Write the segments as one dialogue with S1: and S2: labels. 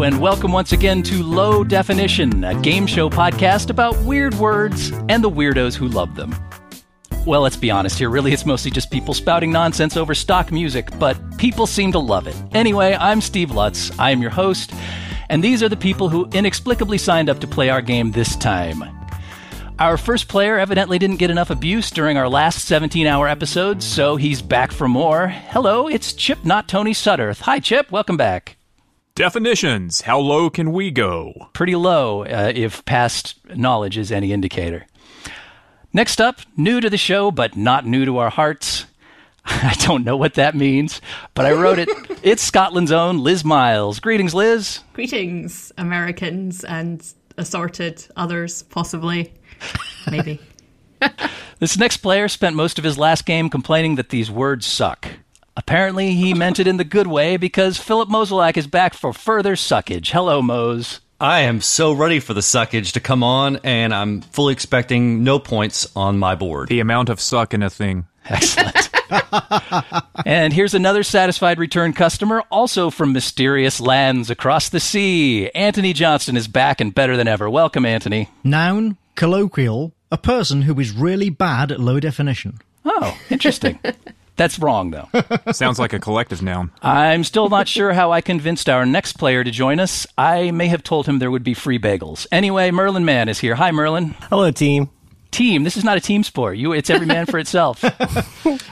S1: and welcome once again to Low Definition, a game show podcast about weird words and the weirdos who love them. Well, let's be honest here. Really, it's mostly just people spouting nonsense over stock music, but people seem to love it. Anyway, I'm Steve Lutz. I am your host, and these are the people who inexplicably signed up to play our game this time. Our first player evidently didn't get enough abuse during our last 17 hour episode, so he's back for more. Hello, it's Chip, not Tony Sutterth. Hi, Chip. Welcome back.
S2: Definitions. How low can we go?
S1: pretty low uh, if past knowledge is any indicator. Next up, new to the show but not new to our hearts. I don't know what that means, but I wrote it. it's Scotland's own Liz Miles. Greetings, Liz.
S3: Greetings, Americans and assorted others, possibly. Maybe.
S1: This next player spent most of his last game complaining that these words suck. Apparently, he meant it in the good way because Philip Moselak is back for further suckage. Hello, Mose.
S4: I am so ready for the suckage to come on, and I'm fully expecting no points on my board.
S2: The amount of suck in a thing.
S1: Excellent. and here's another satisfied return customer, also from mysterious lands across the sea. Anthony Johnston is back and better than ever. Welcome, Anthony.
S5: Noun, colloquial, a person who is really bad at low definition.
S1: Oh, interesting. That's wrong, though.
S2: Sounds like a collective noun.
S1: I'm still not sure how I convinced our next player to join us. I may have told him there would be free bagels. Anyway, Merlin Mann is here. Hi, Merlin.
S6: Hello, team.
S1: Team, this is not a team sport. You, it's every man for itself.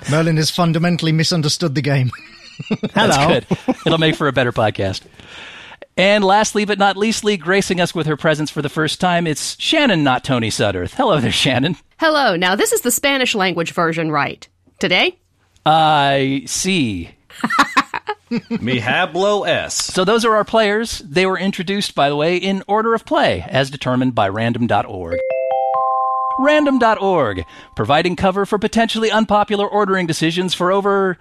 S5: Merlin has fundamentally misunderstood the game.
S6: Hello.
S1: Good. It'll make for a better podcast. And lastly, but not leastly, gracing us with her presence for the first time, it's Shannon, not Tony Sutterth. Hello there, Shannon.
S7: Hello, now this is the Spanish language version, right? Today?
S1: I see.
S4: Me hablo S.
S1: So those are our players. They were introduced, by the way, in order of play, as determined by random.org. Random.org, providing cover for potentially unpopular ordering decisions for over,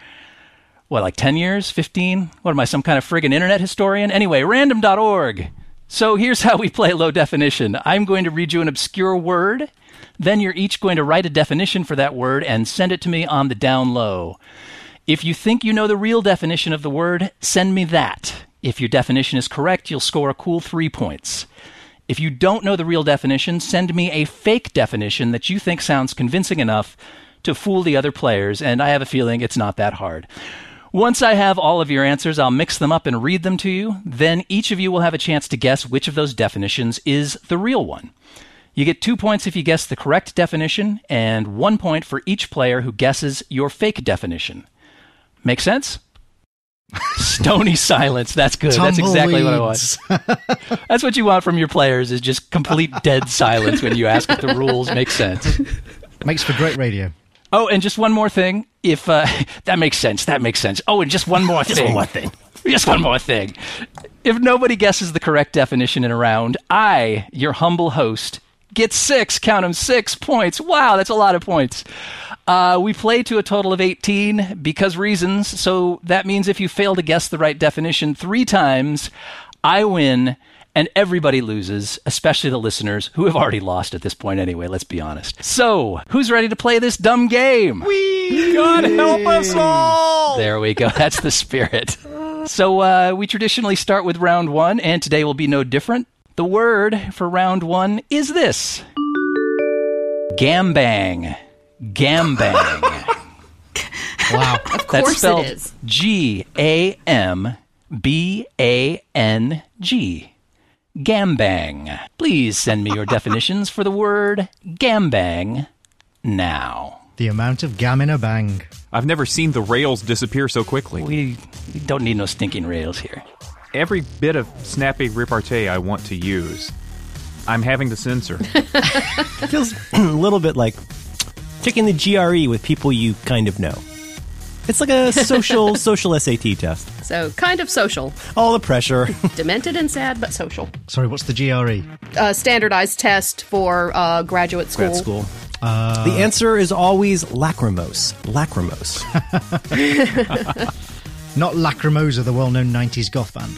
S1: what, like 10 years? 15? What am I, some kind of friggin' internet historian? Anyway, random.org. So here's how we play low definition. I'm going to read you an obscure word. Then you're each going to write a definition for that word and send it to me on the down low. If you think you know the real definition of the word, send me that. If your definition is correct, you'll score a cool three points. If you don't know the real definition, send me a fake definition that you think sounds convincing enough to fool the other players, and I have a feeling it's not that hard. Once I have all of your answers, I'll mix them up and read them to you. Then each of you will have a chance to guess which of those definitions is the real one. You get two points if you guess the correct definition, and one point for each player who guesses your fake definition. Make sense? Stony silence. That's good. That's exactly what I want.
S5: Tumbleweeds.
S1: That's what you want from your players is just complete dead silence when you ask if the rules make sense.
S5: Makes for great radio.
S1: Oh, and just one more thing. If uh, that makes sense, that makes sense. Oh, and just one more thing.
S6: Just one thing.
S1: Just one more thing. If nobody guesses the correct definition in a round, I, your humble host, get six, count 'em, six points. Wow, that's a lot of points. Uh, we play to a total of 18 because reasons. So that means if you fail to guess the right definition three times, I win and everybody loses, especially the listeners who have already lost at this point anyway, let's be honest. So, who's ready to play this dumb game?
S2: God help us all!
S1: There we go. That's the spirit. So uh, we traditionally start with round one, and today will be no different. The word for round one is this gambang. Gambang.
S5: Wow.
S7: Of course
S1: That's spelled
S7: it is.
S1: G A M B A N G. Gambang. Please send me your definitions for the word gambang now.
S5: the amount of gam in a bang.
S2: I've never seen the rails disappear so quickly.
S1: We, we don't need no stinking rails here.
S2: Every bit of snappy repartee I want to use, I'm having to censor.
S6: It feels a little bit like taking the GRE with people you kind of know. It's like a social social SAT test.
S7: So, kind of social.
S6: All the pressure.
S7: Demented and sad, but social.
S5: Sorry, what's the E? GRE?
S7: A standardized test for uh, graduate school.
S6: Grad school. the answer is always lacrimose. Lacrimose.
S5: Not Lacrimosa, the well known 90s goth band.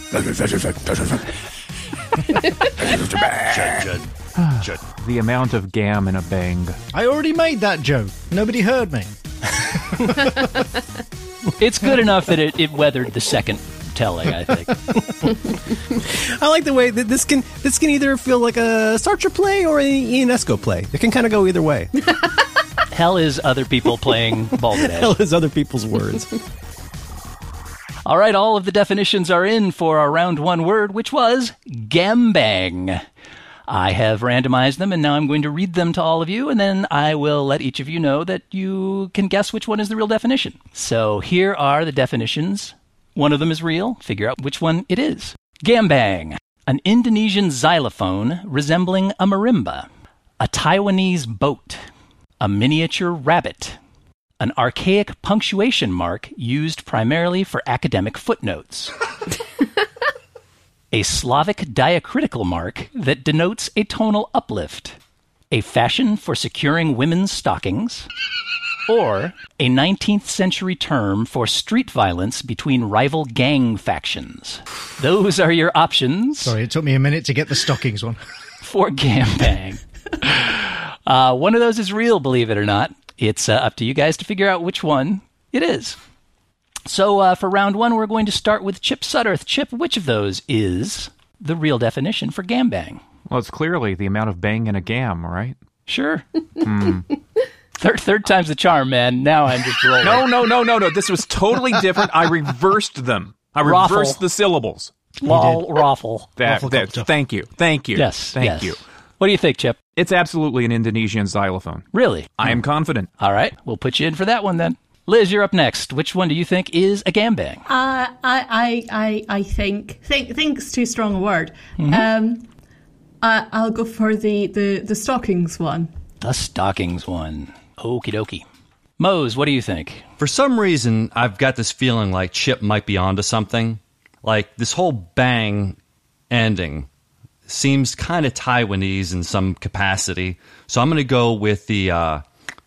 S2: the amount of gam in a bang.
S5: I already made that joke. Nobody heard me.
S1: It's good enough that it, it weathered the second telling, I think.
S6: I like the way that this can this can either feel like a Sartre play or an Ionesco play. It can kind of go either way.
S1: Hell is other people playing Baldur's Edge.
S6: All those other people's words.
S1: All right, all of the definitions are in for our round one word, which was gambang. I have randomized them, and now I'm going to read them to all of you, and then I will let each of you know that you can guess which one is the real definition. So here are the definitions. One of them is real. Figure out which one it is. Gambang, an Indonesian xylophone resembling a marimba, a Taiwanese boat, a miniature rabbit, an archaic punctuation mark used primarily for academic footnotes. a Slavic diacritical mark that denotes a tonal uplift. A fashion for securing women's stockings. Or a 19th century term for street violence between rival gang factions. Those are your options
S5: Sorry, it took me a minute to get the stockings one.
S1: for Gambang. uh, one of those is real, believe it or not. It's uh, up to you guys to figure out which one it is. So uh, for round one, we're going to start with Chip Sutterth. Chip, which of those is the real definition for Gambang?
S2: Well, it's clearly the amount of bang in a gam, right?
S1: Sure.
S2: Hmm.
S1: Third, third time's the charm, man. Now I'm just rolling.
S2: No, no, no, no, no. This was totally different. I reversed them. I reversed
S1: Raffle.
S2: the syllables.
S1: lol, raffle.
S2: That,
S5: Raffle
S2: that-
S5: copter.
S2: thank you. Thank you.
S1: Yes.
S2: Thank
S1: yes.
S2: you.
S1: What do you think, Chip?
S2: It's absolutely an Indonesian xylophone.
S1: Really?
S2: I am confident.
S1: All right, we'll put you in for that one then. Liz, you're up next. Which one do you think is a gambang?
S3: Uh, I, I, I, I think think think's too strong a word. Um, I, I'll go for the, the, the stockings one.
S1: The stockings one. Okie dokie. Mose, what do you think?
S4: For some reason, I've got this feeling like Chip might be onto something. Like this whole bang ending seems kind of Taiwanese in some capacity. So I'm going to go with the uh,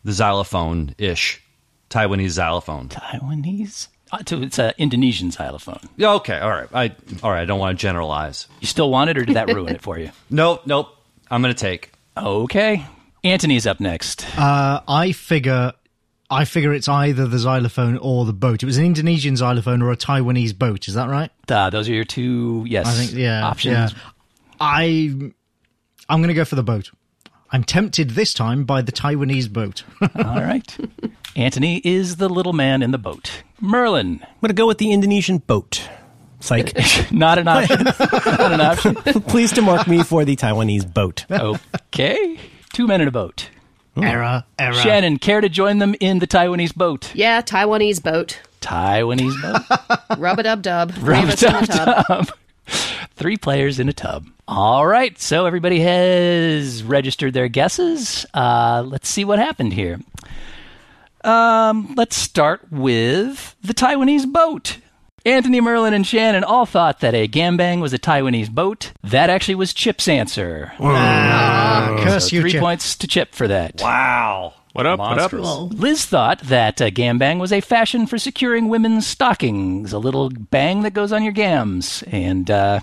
S4: the xylophone ish, Taiwanese xylophone.
S1: Taiwanese? Uh, so it's an Indonesian xylophone.
S4: Yeah, Okay, all right. I all right. I don't want to generalize.
S1: You still want it, or did that ruin it for you?
S4: Nope, nope. I'm going to take.
S1: Okay. Anthony's up next.
S5: Uh, I figure, I figure it's either the xylophone or the boat. It was an Indonesian xylophone or a Taiwanese boat. Is that right?
S1: Uh, those are your two, yes,
S5: I think yeah.
S1: options.
S5: yeah. I, I'm going to go for the boat. I'm tempted this time by the Taiwanese boat.
S1: All right. Antony is the little man in the boat. Merlin,
S6: I'm gonna go with the Indonesian boat. Psych.
S1: not an option. not an option.
S6: Please to mark me for the Taiwanese boat.
S1: Okay. Two men in a boat.
S5: error, error.
S1: Shannon, care to join them in the Taiwanese boat?
S7: Yeah, Taiwanese boat.
S1: Taiwanese boat.
S7: Rub a dub dub. Three of us in the tub.
S1: Three players in a tub. All right, so everybody has registered their guesses. Uh, let's see what happened here. Um, let's start with the Taiwanese boat. Anthony Merlin and Shannon all thought that a gambang was a Taiwanese boat. That actually was Chip's answer.
S5: Ah, Curse you,
S1: Oh, Three
S5: Chip.
S1: points to Chip for that.
S4: Wow.
S2: What up? What up?
S4: Monstrous.
S3: Well,
S1: Liz thought that uh, gambang was a fashion for securing women's stockings, a little bang that goes on your gams. And uh,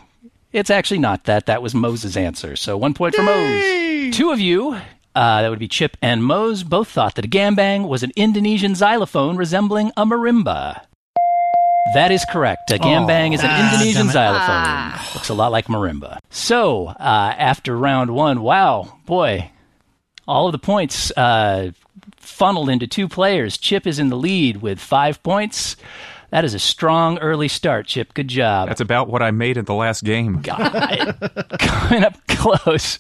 S1: it's actually not that. That was Mose's answer. So one point for Mose. Two of you, uh, that would be Chip and Mose, both thought that a gambang was an Indonesian xylophone resembling a marimba. That is correct. A gambang is an Indonesian xylophone. Looks a lot like marimba. So, uh, after round one, wow, boy, all of the points uh, funneled into two players. Chip is in the lead with five points. That is a strong early start, Chip. Good job.
S2: That's about what I made at the last game.
S1: Coming up close.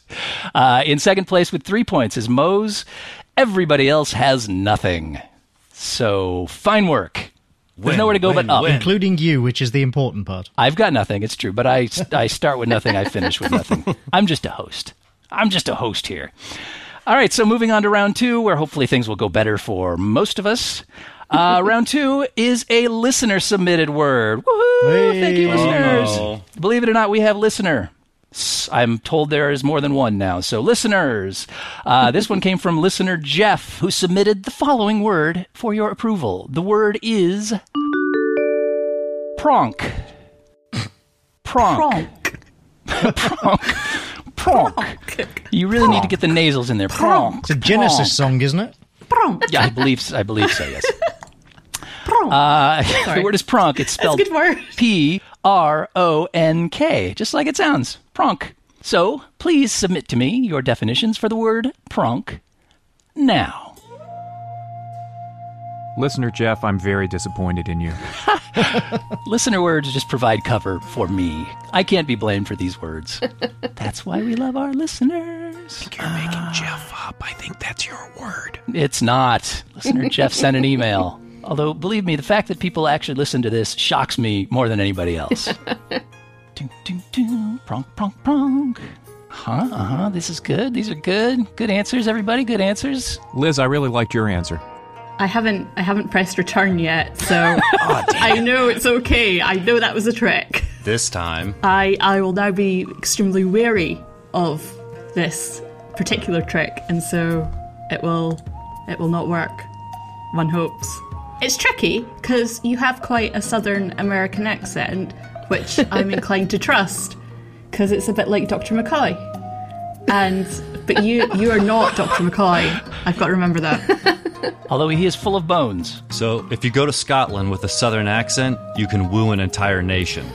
S1: Uh, in second place with three points is Mose. Everybody else has nothing. So, fine work. There's nowhere to go but up.
S5: Including you, which is the important part.
S1: I've got nothing. It's true, but I I start with nothing. I finish with nothing. I'm just a host. I'm just a host here. All right. So moving on to round two, where hopefully things will go better for most of us. Uh, round two is a listener submitted word. Woohoo! Thank you, listeners.
S5: Oh.
S1: Believe it or not, we have listener. S- I'm told there is more than one now. So, listeners, uh, this one came from listener Jeff, who submitted the following word for your approval. The word is pronk. Pronk. Pronk. You really need to get the nasals in there. Pronk.
S5: It's a Genesis song, isn't it?
S3: Pronk.
S1: Yeah, I believe so, I believe so. Yes.
S3: Pronk.
S1: Uh, The word is pronk. It's
S3: That's
S1: spelled
S3: a good word.
S1: P R O N K, just like it sounds, pronk. So please submit to me your definitions for the word pronk now.
S2: Listener Jeff, I'm very disappointed in you.
S1: Listener words just provide cover for me. I can't be blamed for these words. That's why we love our listeners.
S6: You're making Jeff up. I think that's your word.
S1: It's not. Listener Jeff sent an email. Although, believe me, the fact that people actually listen to this shocks me more than anybody else. dun, dun, dun, pronk, pronk, pronk. Huh? Uh huh. This is good. These are good. Good answers, everybody. Good answers.
S2: Liz, I really liked your answer.
S3: I haven't I haven't pressed return yet, so I know it's okay. I know that was a trick.
S4: This time.
S3: I I will now be extremely wary of this particular trick, and so it will it will not work. One hopes. It's tricky because you have quite a Southern American accent, which I'm inclined to trust because it's a bit like Dr. McCoy. And but you you are not Dr. McCoy. I've got to remember that.
S1: Although he is full of bones.
S4: So if you go to Scotland with a southern accent, you can woo an entire nation.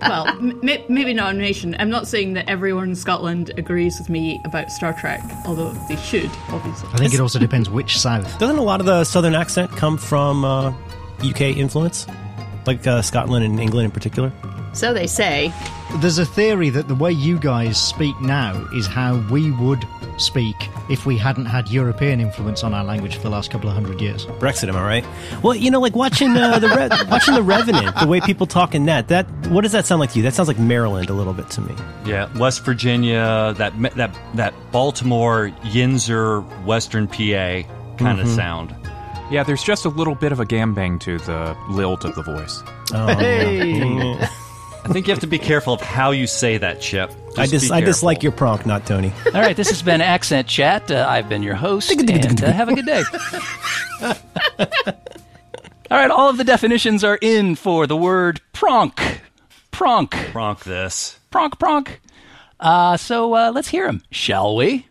S3: well, m- may- maybe not a nation. I'm not saying that everyone in Scotland agrees with me about Star Trek, although they should, obviously.
S5: I think it also depends which South.
S6: Doesn't a lot of the southern accent come from uh, UK influence? Like uh, Scotland and England in particular?
S7: So they say.
S5: There's a theory that the way you guys speak now is how we would speak if we hadn't had European influence on our language for the last couple of hundred years.
S6: Brexit, am I right? Well, you know, like watching uh, the Re- watching the Revenant, the way people talk in that. That what does that sound like to you? That sounds like Maryland a little bit to me.
S4: Yeah, West Virginia, that that that Baltimore, Yinzer, Western PA kind of
S6: Mm-hmm.
S4: sound.
S2: Yeah, there's just a little bit of a gambang to the lilt of the voice.
S6: Oh,
S5: Hey.
S6: yeah.
S4: I think you have to be careful of how you say that, Chip.
S6: I
S4: Just
S6: dis-
S4: be
S6: I dislike
S4: careful.
S6: your pronk, not Tony.
S1: All right, this has been Accent Chat. Uh, I've been your host, and uh, have a good day. all right, all of the definitions are in for the word pronk. Pronk.
S4: Pronk this.
S1: Pronk, pronk. Uh, so uh, let's hear him, shall we?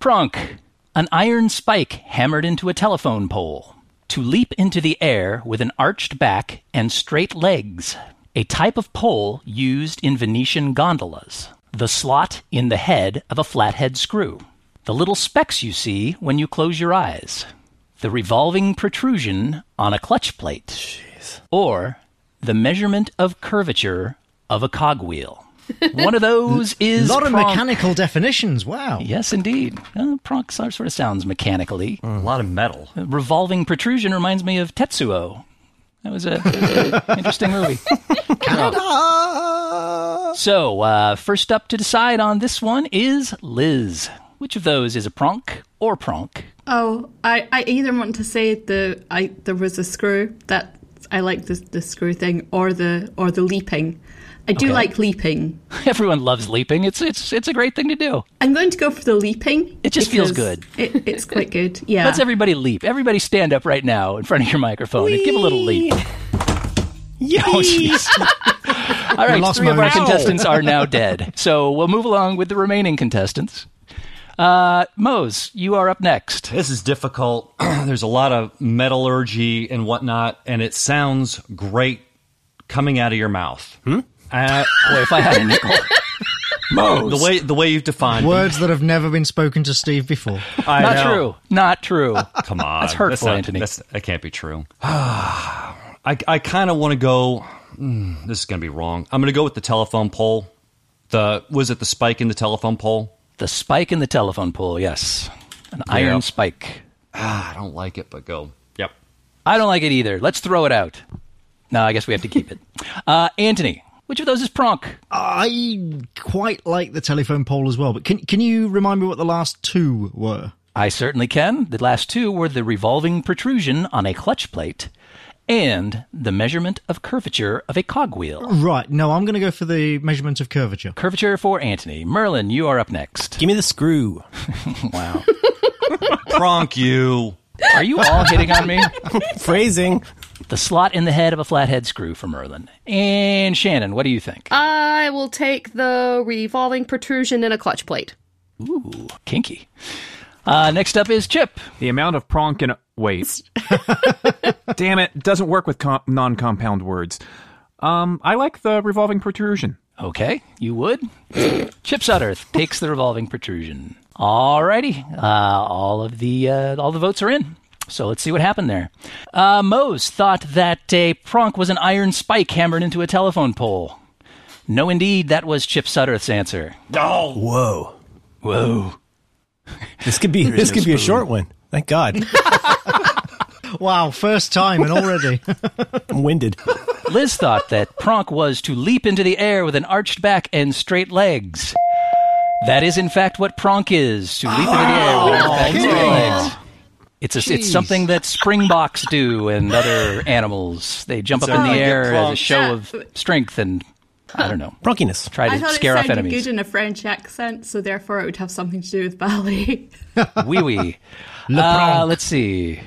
S1: Pronk. An iron spike hammered into a telephone pole. To leap into the air with an arched back and straight legs. A type of pole used in Venetian gondolas. The slot in the head of a flathead screw. The little specks you see when you close your eyes. The revolving protrusion on a clutch plate. Or the measurement of curvature of a cogwheel. One of those
S5: A
S1: is
S5: lot of
S1: pronk.
S5: mechanical definitions. Wow.
S1: Yes, indeed. Uh, pronk sort of sounds mechanically. Uh,
S4: A lot of metal.
S1: Revolving protrusion reminds me of Tetsuo. That was a, a interesting movie. so, uh, first up to decide on this one is Liz. Which of those is a pronk or pronk?
S3: Oh, I, I either want to say the I there was a screw that I like the the screw thing or the or the leaping. I do
S1: Okay.
S3: like leaping.
S1: Everyone loves leaping. It's it's it's a great thing to do.
S3: I'm going to go for the leaping.
S1: It just feels
S3: because
S1: good.
S3: It, it's quite good. Yeah.
S4: Ah.
S1: Let's everybody leap. Everybody stand up right now in front of your microphone and give a little leap.
S6: Yay!
S1: All right,
S5: lost
S1: three of our
S5: Mona. Ow.
S1: contestants are now dead. So we'll move along with the remaining contestants. Uh, Mose, you are up next.
S4: This is difficult. There's a lot of metallurgy and whatnot, and it sounds great coming out of your mouth.
S6: Hmm?
S4: Uh,
S1: Boy, if I had a nickel.
S4: the way the way you've defined
S5: Words that have never been spoken to Steve before.
S4: I
S1: Not
S4: know.
S1: true. Not true.
S4: Come on,
S1: That's hurtful,
S4: not-
S1: Anthony.
S4: That's, that can't be true. I I kind of want to go. mm, this is going to be wrong. I'm going to go with the telephone pole. The was it the spike in the telephone pole?
S1: The spike in the telephone pole, yes. An iron
S4: Yeah.
S1: spike.
S4: Ah, I don't like it, but go. Yep.
S1: I don't like it either. Let's throw it out. No, I guess we have to keep it. Uh, Anthony, which of those is pronk?
S5: I quite like the telephone pole as well, but can can you remind me what the last two were?
S1: I certainly can. The last two were the revolving protrusion on a clutch plate and the measurement of curvature of a cogwheel.
S5: Right. No, I'm going to go for the measurement of curvature.
S1: Curvature for Anthony. Merlin, you are up next.
S6: Give me the screw.
S1: Wow.
S4: Pronk you.
S1: Are you all hitting on me?
S6: Phrasing.
S1: The slot in the head of a flathead screw for Merlin. And Shannon, what do you think?
S7: I will take the revolving protrusion in a clutch plate.
S1: Ooh, kinky. Uh, next up is Chip.
S2: The amount of pronk and wait. Damn it, doesn't work with com- non-compound words. Um, I like the revolving protrusion.
S1: Okay, you would. Chip Sutter takes the revolving protrusion. Alrighty, uh, all of the uh, all the votes are in. So let's see what happened there. Uh, Mose thought that a pronk was an iron spike hammered into a telephone pole. No, indeed, that was Chip Sutterth's answer.
S6: Whoa.
S1: Whoa.
S6: This could be this could be a short one. Thank God.
S5: Wow, first time and already.
S6: I'm winded.
S1: Liz thought that pronk was to leap into the air with an arched back and straight legs. That is, in fact, what pronk is to leap into the air with an arched back and straight
S6: Oh,
S1: legs. It's, a, it's
S5: Jeez.
S1: something that springboks do and other animals. They jump up in the
S6: Sounds like a
S1: air as a
S6: pronk.
S1: show of strength and, I don't know,
S6: Bronkiness.
S1: try
S3: I
S1: to
S3: thought
S1: scare
S3: it
S1: off
S3: sounded
S1: enemies.
S3: good in a French accent, so therefore it would have something to do with ballet.
S1: Wee wee. Uh, let's see.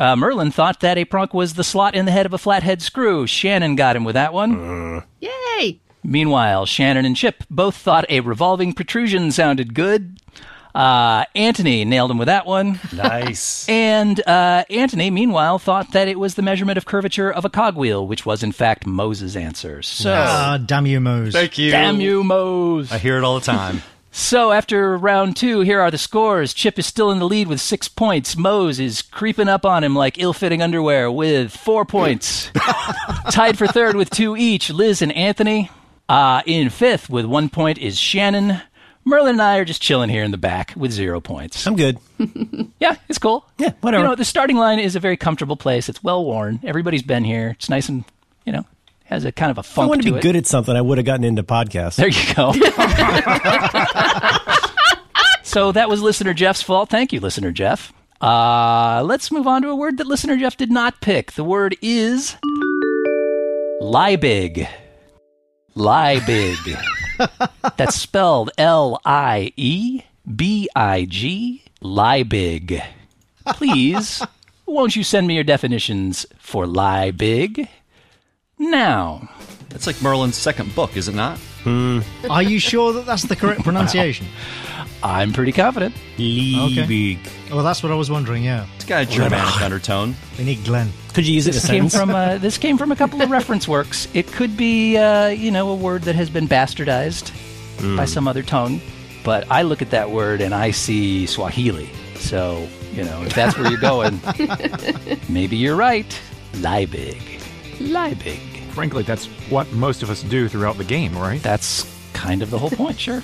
S1: Uh, Merlin thought that a pronk was the slot in the head of a flathead screw. Shannon got him with that one.
S7: Yay!
S1: Meanwhile, Shannon and Chip both thought a revolving protrusion sounded good. Uh, Anthony nailed him with that one.
S8: Nice.
S1: And uh, Anthony, meanwhile, thought that it was the measurement of curvature of a cogwheel, which was, in fact, Moses' answer. So,
S5: Ah, damn you, Mose.
S8: Thank you.
S1: damn you, Mose.
S8: I hear it all the time.
S1: So after round two, here are the scores. Chip is still in the lead with six points. Mose is creeping up on him like ill-fitting underwear with four points. Tied for third with two each, Liz and Anthony. Uh, in fifth with one point is Shannon. Merlin and I are just chilling here in the back with zero points.
S6: I'm good.
S1: Yeah, it's cool.
S6: Yeah, whatever.
S1: You know, the starting line is a very comfortable place. It's well worn. Everybody's been here. It's nice and you know has a kind of a
S6: If I
S1: funk
S6: wanted to be
S1: it.
S6: good at something, I would have gotten into podcasts.
S1: There you go. so that was listener Jeff's fault. Thank you, listener Jeff. Uh, let's move on to a word that listener Jeff did not pick. The word is Liebig. Liebig. That's spelled L I E B I G. Liebig. Please, won't you send me your definitions for Liebig? Now.
S4: That's like Merlin's second book, is it not?
S5: Are you sure that that's the correct pronunciation?
S1: I'm pretty confident.
S6: Liebig.
S5: Well, that's what I was wondering, yeah.
S4: It's got a Germanic undertone.
S5: We need Glenn.
S6: Could you use it in a
S1: This came
S6: sentence?
S1: from uh, this came from a couple of reference works. It could be uh, you know a word that has been bastardized
S6: Hmm.
S1: by some other tongue, but I look at that word and I see Swahili. So you know if that's where you're going, maybe you're right. Liebig, Liebig.
S2: Frankly, that's what most of us do throughout the game, right?
S1: That's kind of the whole point. Sure,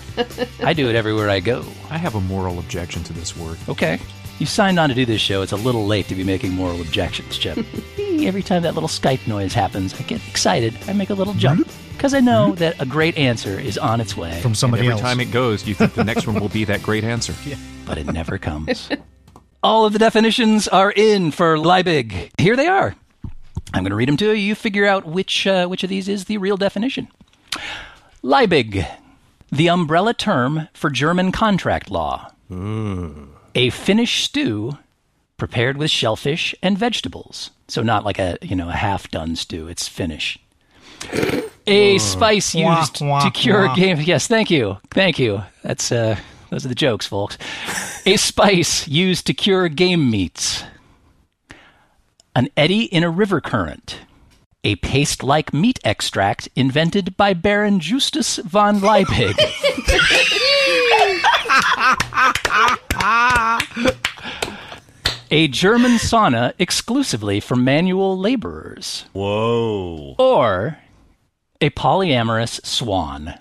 S1: I do it everywhere I go.
S2: I have a moral objection to this word.
S1: Okay. You signed on to do this show. It's a little late to be making moral objections, Chip. Every time that little Skype noise happens, I get excited. I make a little jump because I know that a great answer is on its way,
S5: From somebody
S2: Every
S5: else.
S2: time it goes, you think the next one will be that great answer.
S1: but it never comes. All of the definitions are in for Liebig. Here they are. I'm going to read them to you. You figure out which uh, which of these is the real definition. Liebig, the umbrella term for German contract law.
S5: Hmm.
S1: A Finnish stew prepared with shellfish and vegetables. So not like a you know a half done stew. It's Finnish. A spice
S5: Wah,
S1: used
S5: wah,
S1: to cure
S5: wah.
S1: game. Yes, thank you, thank you. That's uh, those are the jokes, folks. A spice used to cure game meats. An eddy in a river current. A paste like meat extract invented by Baron Justus von Liebig. a German sauna exclusively for manual laborers.
S8: Whoa.
S1: Or a polyamorous swan.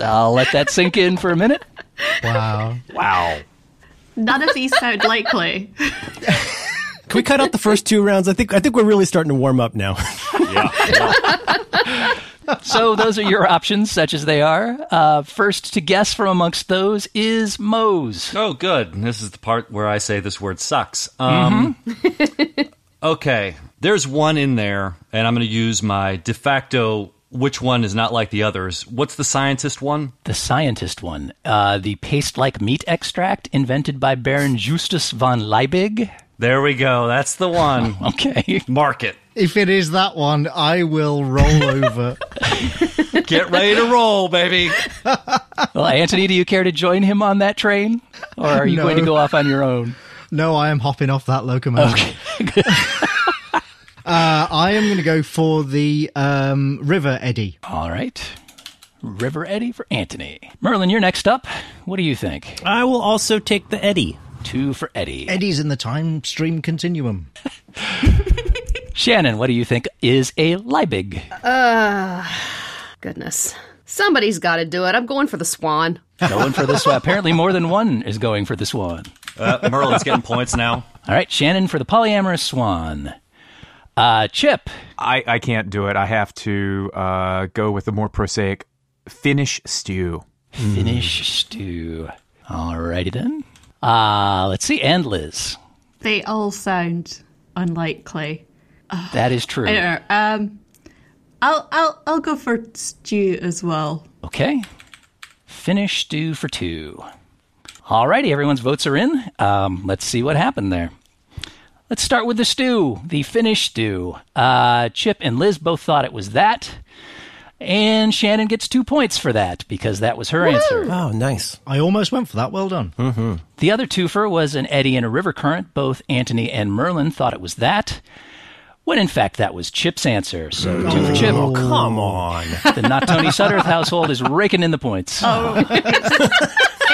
S1: I'll let that sink in for a minute.
S5: Wow.
S8: Wow.
S3: None of these sound likely.
S6: Can we cut out the first two rounds? I think I think we're really starting to warm up now.
S1: So those are your options, such as they are. Uh, first to guess from amongst those is Mose.
S4: Oh, good. This is the part where I say this word sucks. Um,
S6: Mm-hmm.
S4: okay. There's one in there, and I'm going to use my de facto which one is not like the others. What's the scientist one?
S1: The scientist one, uh, the paste-like meat extract invented by Baron Justus von Liebig.
S4: There we go. That's the one.
S1: Okay,
S4: Mark it.
S5: If it is that one, I will roll over.
S4: Get ready to roll, baby.
S1: well, Anthony, do you care to join him on that train, or are you
S5: No.
S1: going to go off on your own?
S5: no, I am hopping off that locomotive. Uh, I am going to go for the um, River Eddy.
S1: All right. River Eddy for Anthony. Merlin, you're next up. What do you think?
S6: I will also take the Eddie.
S1: Two for Eddie.
S5: Eddies in the time stream continuum.
S1: Shannon, what do you think is a Liebig?
S7: Goodness. Somebody's got to do it. I'm going for the swan.
S1: Going for the swan. Apparently, more than one is going for the swan.
S4: Uh, Merlin's getting points now.
S1: All right, Shannon for the polyamorous swan. Uh, Chip,
S2: I, I can't do it. I have to uh, go with the more prosaic Finnish stew.
S1: Finnish stew. All righty then. Uh, let's see. And Liz.
S3: They all sound unlikely.
S1: That is true.
S3: I don't know. Um, I'll I'll I'll go for stew as well.
S1: Okay. Finish stew for two. Alrighty, everyone's votes are in. Um, let's see what happened there. Let's start with the stew, the Finnish stew. Uh, Chip and Liz both thought it was that. And Shannon gets two points for that because that was her answer.
S6: Oh, nice.
S5: I almost went for that. Well done.
S1: The other twofer was an eddy and a river current. Both Antony and Merlin thought it was that, when in fact that was Chip's answer. So two for Chip.
S6: Oh, come on.
S1: The not Tony Sutterth household is raking in the points.
S6: Oh.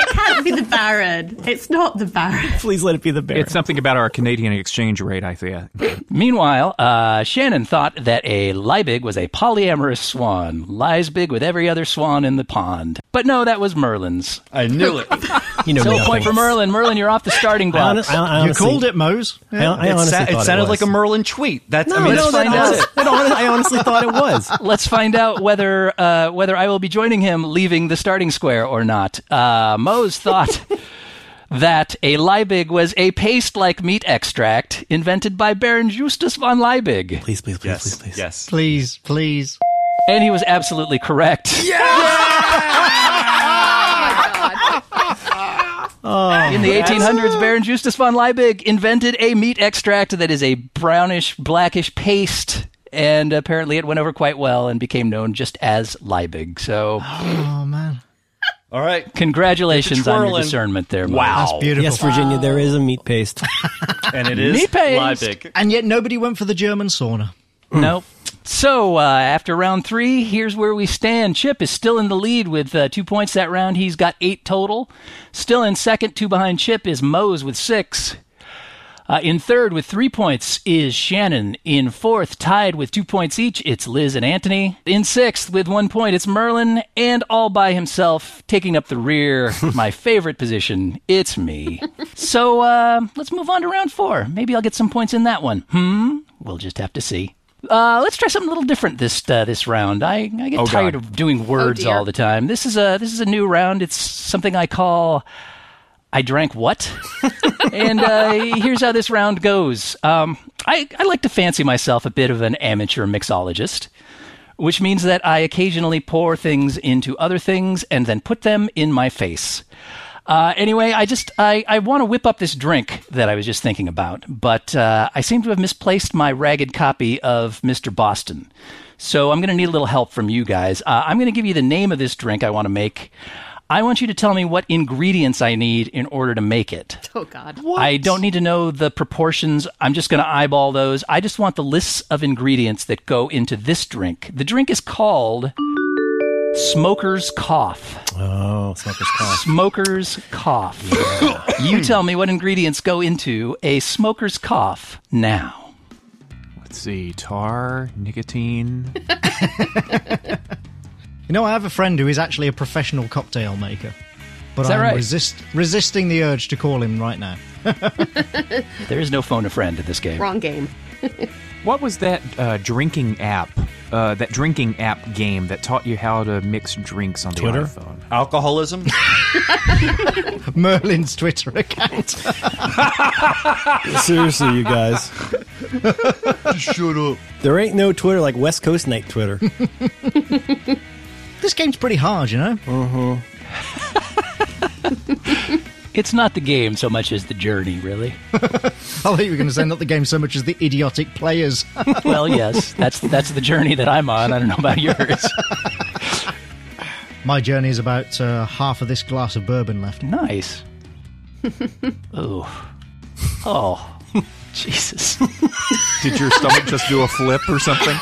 S3: It can't be the Baron. It's not the Baron.
S6: Please let it be the bear.
S2: It's something about our Canadian exchange rate, I think.
S1: Meanwhile, uh, Shannon thought that a Liebig was a polyamorous swan, lies big with every other swan in the pond. But no, that was Merlin's.
S4: I knew it.
S6: you know,
S1: So a
S6: nothing.
S1: point for Merlin. Merlin, you're off the starting
S6: I
S1: blocks.
S6: honest- I- I
S5: you
S6: honestly-
S5: called it, Mose.
S6: I, I
S4: It,
S6: honestly
S4: sa-
S6: thought
S4: it sounded
S6: was.
S4: like a Merlin tweet. That's I
S6: No,
S4: mean,
S6: no,
S4: let's
S6: that
S4: find out.
S6: honest- that hon- I honestly thought it was.
S1: Let's find out whether uh, whether I will be joining him leaving the starting square or not. Uh, Mose thought that a Liebig was a paste-like meat extract invented by Baron Justus von Liebig,
S6: Please, please, please, please, please.
S4: Yes.
S5: Please, please.
S1: and he was absolutely correct.
S7: Oh,
S1: In the 1800s, Baron Justus von Liebig invented a meat extract that is a brownish, blackish paste, and apparently it went over quite well and became known just as Liebig. So,
S5: Oh, man.
S4: All right.
S1: congratulations on your
S4: twirling.
S1: discernment there. Mike.
S5: That's beautiful.
S6: Yes, Virginia, there is a meat paste.
S4: And it is
S1: Meat paste.
S4: Liebig.
S5: And yet nobody went for the German sauna.
S1: Nope. So, uh, after round three, here's where we stand. Chip is still in the lead with uh, two points that round. He's got eight total. Still in second, two behind Chip, is Mose with six. Uh, in third, with three points, is Shannon. In fourth, tied with two points each, it's Liz and Anthony. In sixth, with one point, it's Merlin. And all by himself, taking up the rear, my favorite position, it's me. so uh, let's move on to round four. Maybe I'll get some points in that one. Hmm? We'll just have to see. Uh, let's try something a little different this uh, this round. I, I get tired of doing words
S7: dear.
S1: all the time. This is a this is a new round. It's something I call I drank what? and uh, here's how this round goes. Um, I, I like to fancy myself a bit of an amateur mixologist, which means that I occasionally pour things into other things and then put them in my face. Uh, anyway, I just I, I want to whip up this drink that I was just thinking about, but uh, I seem to have misplaced my ragged copy of Mr. Boston. So I'm going to need a little help from you guys. Uh, I'm going to give you the name of this drink I want to make. I want you to tell me what ingredients I need in order to make it.
S7: Oh, God.
S1: I don't need to know the proportions. I'm just going to eyeball those. I just want the lists of ingredients that go into this drink. The drink is called Smoker's Cough.
S6: Oh, it's not this cough.
S1: Smoker's Cough. you tell me what ingredients go into a smoker's cough now.
S2: Let's see. Tar, nicotine.
S5: You know, I have a friend who is actually a professional cocktail maker. But
S1: that
S5: I'm
S1: right?
S5: resist, resisting the urge to call him right now.
S1: There is no phone a friend in this game.
S7: Wrong game.
S2: What was that uh, drinking app? Uh, that drinking app game that taught you how to mix drinks on
S6: Twitter?
S2: the iPhone.
S4: Alcoholism.
S5: Merlin's Twitter account.
S6: Seriously, you guys. Shut up. There ain't no Twitter like West Coast Night Twitter.
S5: this game's pretty hard, you know?
S1: Mm. It's not the game so much as the journey, really.
S5: I thought you were going to say not the game so much as the idiotic players.
S1: well, yes, that's that's the journey that I'm on. I don't know about yours.
S5: My journey is about uh, half of this glass of bourbon left.
S1: Nice. oh. Oh. Jesus.
S9: Did your stomach just do a flip or something?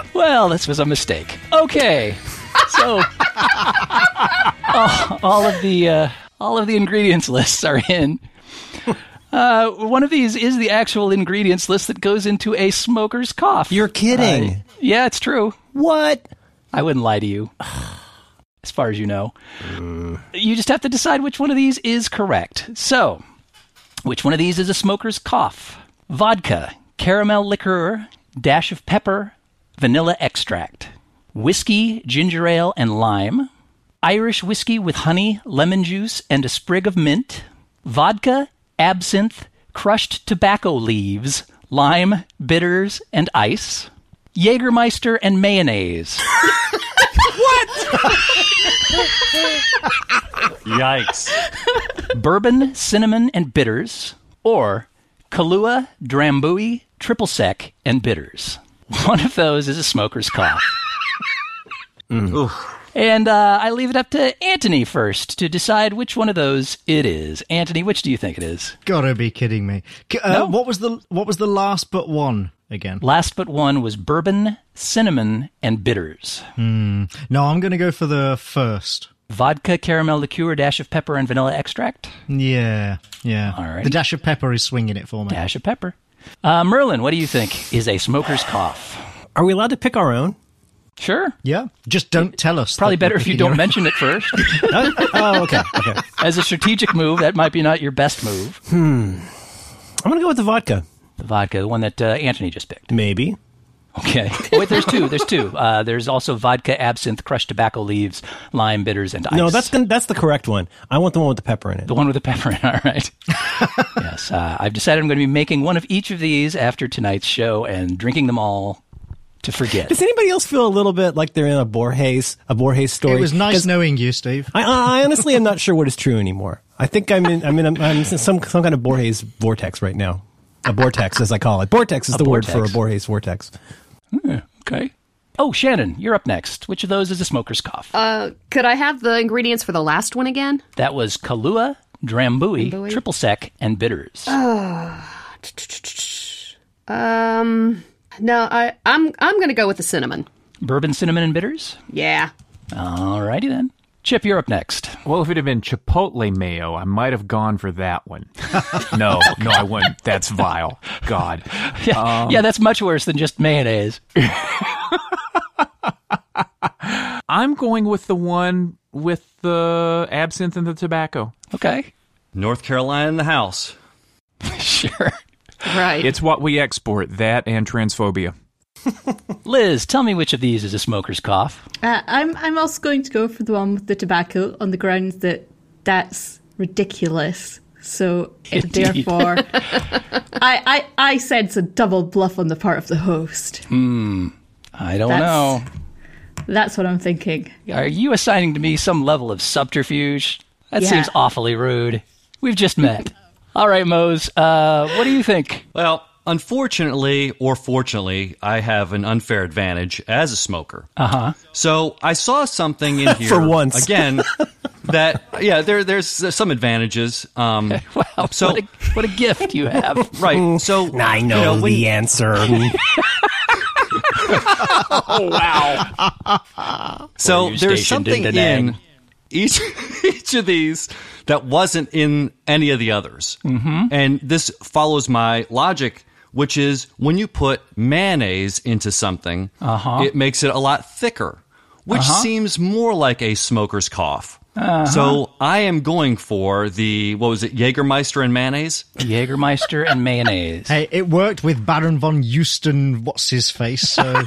S1: well, this was a mistake. Okay, so all, all of the uh, all of the ingredients lists are in. Uh, one of these is the actual ingredients list that goes into a smoker's cough.
S6: You're kidding.
S1: I- yeah, it's true.
S6: What?
S1: I wouldn't lie to you. As far as you know, you just have to decide which one of these is correct. So, which one of these is a smoker's cough? Vodka, caramel liqueur, dash of pepper, vanilla extract, whiskey, ginger ale, and lime, Irish whiskey with honey, lemon juice, and a sprig of mint, vodka, absinthe, crushed tobacco leaves, lime, bitters, and ice, Jägermeister, and mayonnaise.
S4: Yikes.
S1: bourbon, cinnamon, and bitters, or Kahlua, Drambuie, triple sec, and bitters. One of those is a smoker's cough. And uh, I leave it up to Anthony first to decide which one of those it is. Anthony, which do you think it is?
S5: Gotta be kidding me. C- Uh,
S1: No.
S5: What was the What was the last but one again?
S1: Last but one was bourbon, cinnamon, and bitters.
S5: No, I'm gonna go for the first.
S1: Vodka, caramel liqueur, dash of pepper, and vanilla extract.
S5: Yeah, yeah.
S1: All right.
S5: The dash of pepper is swinging it for me.
S1: Dash of pepper. Uh, Merlin, what do you think is a smoker's cough?
S6: Are we allowed to pick our own?
S1: Sure.
S5: Yeah, just don't tell us.
S1: Probably
S5: that you're
S1: better if you
S5: picking
S1: don't
S5: your-
S1: mention it first.
S6: Oh, okay. Okay.
S1: as a strategic move, that might be not your best move.
S6: I'm gonna go with the vodka.
S1: The vodka, the one that uh, Anthony just picked.
S6: Maybe.
S1: Okay. Oh, Wait, there's two. There's two. Uh, there's also vodka, absinthe, crushed tobacco leaves, lime bitters, and ice.
S6: No, that's gonna, that's the correct one. I want the one with the pepper in it.
S1: the one with the pepper in. it. All right. yes. Uh, I've decided I'm going to be making one of each of these after tonight's show and drinking them all to forget.
S6: Does anybody else feel a little bit like they're in a Borges a Borges story?
S5: It was nice
S6: 'Cause
S5: knowing you, Steve.
S6: I- I, I honestly am not sure what is true anymore. I think I'm in I'm in, I'm in some some kind of Borges vortex right now. A vortex, as I call it. Vortex is the word for
S1: vortex.
S6: a Borges vortex.
S1: Okay. Oh, Shannon, you're up next. Which of those is a smoker's cough?
S7: Could I have the ingredients for the last one again?
S1: that was Kahlua, Drambuie,
S7: Drambuie.
S1: triple sec, and bitters.
S7: Um, no, I, I'm I'm gonna go with the cinnamon.
S1: Bourbon, cinnamon, and bitters.
S7: Yeah.
S1: All righty then. Chip, you're up next.
S2: Well, if it had been Chipotle mayo, I might have gone for that one. no, no, I wouldn't. That's vile. God.
S1: Yeah, yeah, that's much worse than just mayonnaise.
S2: I'm going with the one with the absinthe and the tobacco.
S1: Okay.
S4: North Carolina in the house.
S1: Sure.
S7: Right.
S2: It's what we export, that and transphobia.
S1: Liz, tell me which of these is a smoker's cough.
S3: Uh, I'm I'm also going to go for the one with the tobacco on the grounds that that's ridiculous. So it,
S1: Indeed.
S3: therefore, I, I I sense a double bluff on the part of the host.
S1: Hmm. I don't
S3: That's-
S1: know.
S3: That's what I'm thinking.
S1: Are you assigning to me some level of subterfuge? That
S3: Yeah.
S1: seems awfully rude. We've just met. All right, Mose, uh, what do you think?
S4: Well, unfortunately or fortunately, I have an unfair advantage as a smoker. Uh huh. So I saw something in here
S6: For once.
S4: again that yeah, there there's, there's some advantages. Um,
S1: Wow,
S4: So-
S1: what, a, what a gift you have.
S4: right. So
S6: I know,
S4: you when-
S6: the answer.
S4: So
S1: you
S4: there's
S1: stationed in
S4: something in,
S1: Danang?
S4: each each of these that wasn't in any of the others, mm-hmm. and this follows my logic, which is when you put mayonnaise into something, uh-huh. it makes it a lot thicker, which
S1: Uh-huh.
S4: seems more like a smoker's cough. So I am going for the what was it, Jägermeister and mayonnaise?
S1: Jägermeister and mayonnaise.
S5: Hey, it worked with Baron von Houston. What's his face? So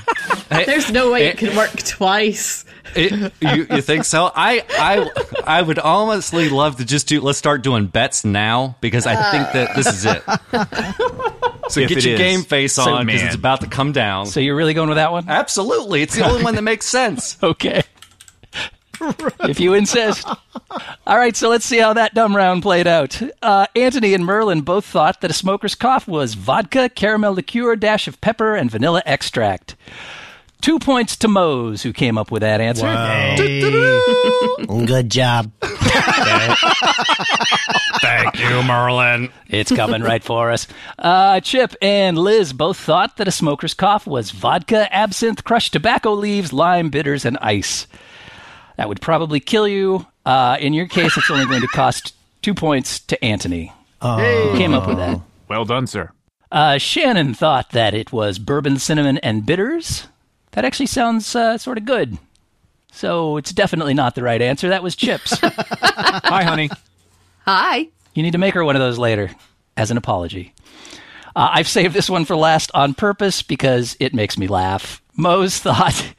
S1: Eh.
S3: There's no way it can work twice.
S4: It- you, you think so? I, I I would honestly love to just do. Let's start doing bets now because I think that this is it.
S2: So
S4: Get your game face
S2: So,
S4: on because
S2: man.
S4: it's about to come down.
S1: So you're really going with that one?
S4: Absolutely. It's the only one that makes sense.
S1: Okay. if you insist. All right, so let's see how that dumb round played out. Uh, Anthony and Merlin both thought that a smoker's cough was vodka, caramel liqueur, dash of pepper, and vanilla extract. Two points to Mose, who came up with that answer.
S6: Good job.
S1: Thank you, Merlin. It's coming right for us. Uh, Chip and Liz both thought that a smoker's cough was vodka, absinthe, crushed tobacco leaves, lime, bitters, and ice. That would probably kill you. Uh, in your case, it's only going to cost two points to Anthony, who came up with that.
S2: Well done, sir.
S1: Uh, Shannon thought that it was bourbon, cinnamon, and bitters. That actually sounds uh, sort of good. So it's definitely not the right answer. That was chips.
S2: Hi, honey.
S7: Hi.
S1: You need to make her one of those later as an apology. Uh, I've saved this one for last on purpose because it makes me laugh. Mose thought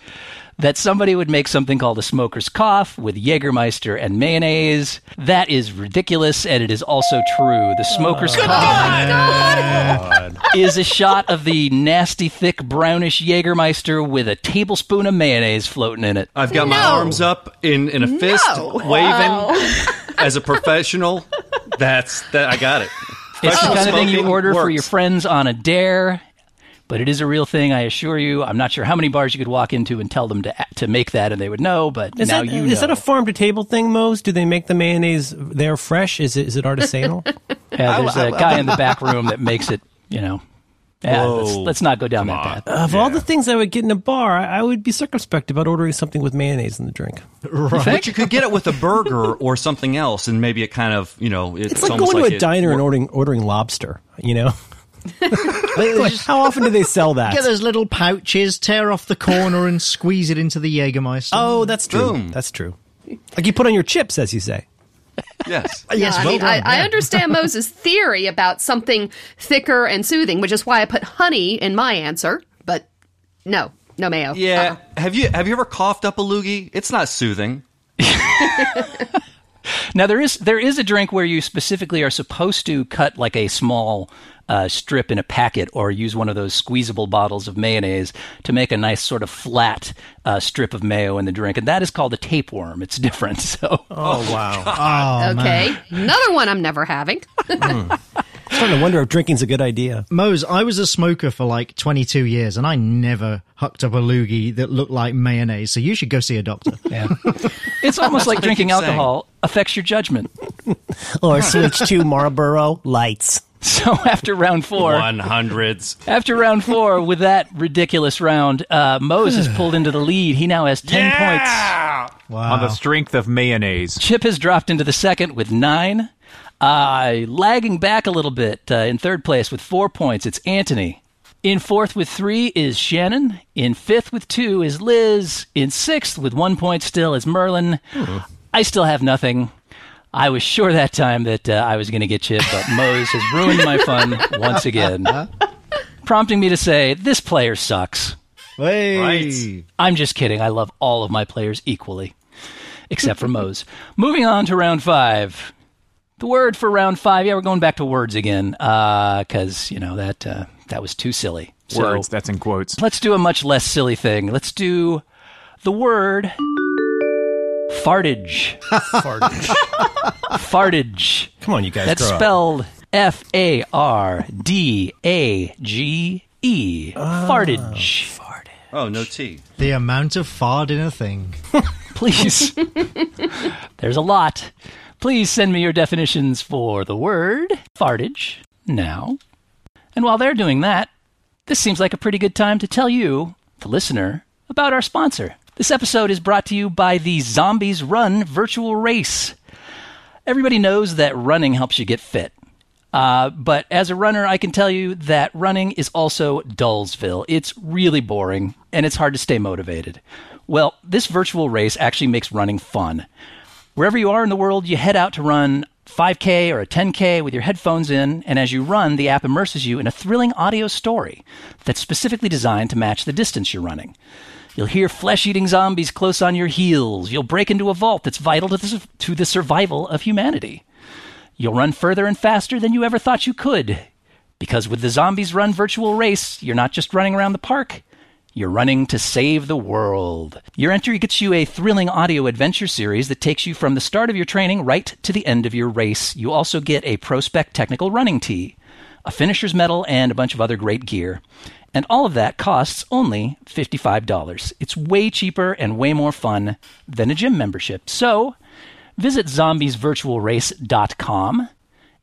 S1: that somebody would make something called a smoker's cough with Jägermeister and mayonnaise. That is ridiculous, and it is also true. The smoker's cough is a shot of the nasty, thick, brownish Jägermeister with a tablespoon of mayonnaise floating in it.
S4: I've got my arms up in, in a fist, waving as a professional. That's that. I got it.
S1: It's the
S4: Professional
S1: kind of thing you
S4: smoking
S1: order for
S4: works.
S1: your friends on a dare, but it is a real thing, I assure you. I'm not sure how many bars you could walk into and tell them to to make that, and they would know. But
S6: Is
S1: now
S6: that
S1: you
S6: is
S1: know.
S6: that a farm to table thing, Mose? Do they make the mayonnaise there fresh? Is it is it artisanal?
S1: yeah, there's a guy in the back room that makes it. You know, yeah, let's,
S4: Whoa.
S1: let's not go down that path.
S6: of all the things I would get in a bar, I, I would be circumspect about ordering something with mayonnaise in the drink.
S4: But you could get it with a burger or something else, and maybe it kind of you know it's,
S6: It's like
S4: almost
S6: going
S4: like
S6: to a
S4: it-
S6: diner and ordering ordering lobster. You know, Like, how often do they sell
S5: Get
S6: that?
S5: those little pouches, tear off the corner, and squeeze it into the Jägermeister.
S6: Oh, that's true.
S4: Boom.
S6: That's true. Like you put on your chips, as you say.
S4: Yes,
S5: yes,
S7: I
S5: well
S7: mean,
S5: done,
S7: I, I
S5: yeah.
S7: understand Moses' theory about something thicker and soothing, which is why I put honey in my answer, but no, no mayo.
S4: yeah.
S1: Uh-huh.
S4: Have you have you ever coughed up a loogie? It's not soothing.
S1: Now there is there is a drink where you specifically are supposed to cut like a small uh, strip in a packet, or use one of those squeezable bottles of mayonnaise to make a nice sort of flat uh, strip of mayo in the drink, and that is called a tapeworm. It's different, so.
S6: Oh wow!
S7: okay. Another one I'm never having.
S6: I'm starting to wonder if drinking's a good idea.
S5: Mose, I was a smoker for like 22 years, and I never hooked up a loogie that looked like mayonnaise. So you should go see a doctor.
S1: Yeah. It's almost like drinking
S4: keep saying.
S1: alcohol affects your judgment.
S6: Or switch to Marlboro Lights.
S1: So after round four,
S4: One hundreds.
S1: after round four, with that ridiculous round, uh, Moses pulled into the lead. He now has 10 points.
S5: Wow.
S2: On the strength of mayonnaise.
S1: Chip has dropped into the second with nine. Uh, lagging back a little bit uh, in third place with four points, it's Anthony. In fourth with three is Shannon. In fifth with two is Liz. In sixth with one point still is Merlin. I still have nothing. I was sure that time that uh, I was going to get Chip, but Mose has ruined my fun once again, prompting me to say, This player sucks.
S5: Hey.
S4: Right.
S1: I'm just kidding. I love all of my players equally, except for Mose. Moving on to round five. The word for round five. Yeah, we're going back to words again because you know that uh, that was too silly. So
S2: Words, that's in quotes.
S1: let's do a much less silly thing. Let's do the word fartage. fartage.
S6: Come on, you guys.
S1: That's
S6: grow up.
S1: spelled F A R D A G E.
S6: Ah,
S1: Fartage.
S4: Oh no tea.
S5: The amount of fart in a thing.
S1: please. There's a lot. Please send me your definitions for the word fartage now. And while they're doing that, this seems like a pretty good time to tell you, the listener, about our sponsor. This episode is brought to you by the Zombies Run virtual race. Everybody knows that running helps you get fit. Uh, but as a runner, I can tell you that running is also Dullsville. It's really boring and it's hard to stay motivated. Well, this virtual race actually makes running fun. Wherever you are in the world, you head out to run 5K or a 10K with your headphones in, and as you run, the app immerses you in a thrilling audio story that's specifically designed to match the distance you're running. You'll hear flesh eating zombies close on your heels. You'll break into a vault that's vital to the, to the survival of humanity. You'll run further and faster than you ever thought you could. Because with the Zombies Run virtual race, you're not just running around the park, you're running to save the world. Your entry gets you a thrilling audio adventure series that takes you from the start of your training right to the end of your race. You also get a Prospect Technical Running Tee, a finisher's medal, and a bunch of other great gear. And all of that costs only $55. It's way cheaper and way more fun than a gym membership. So visit zombiesvirtualrace.com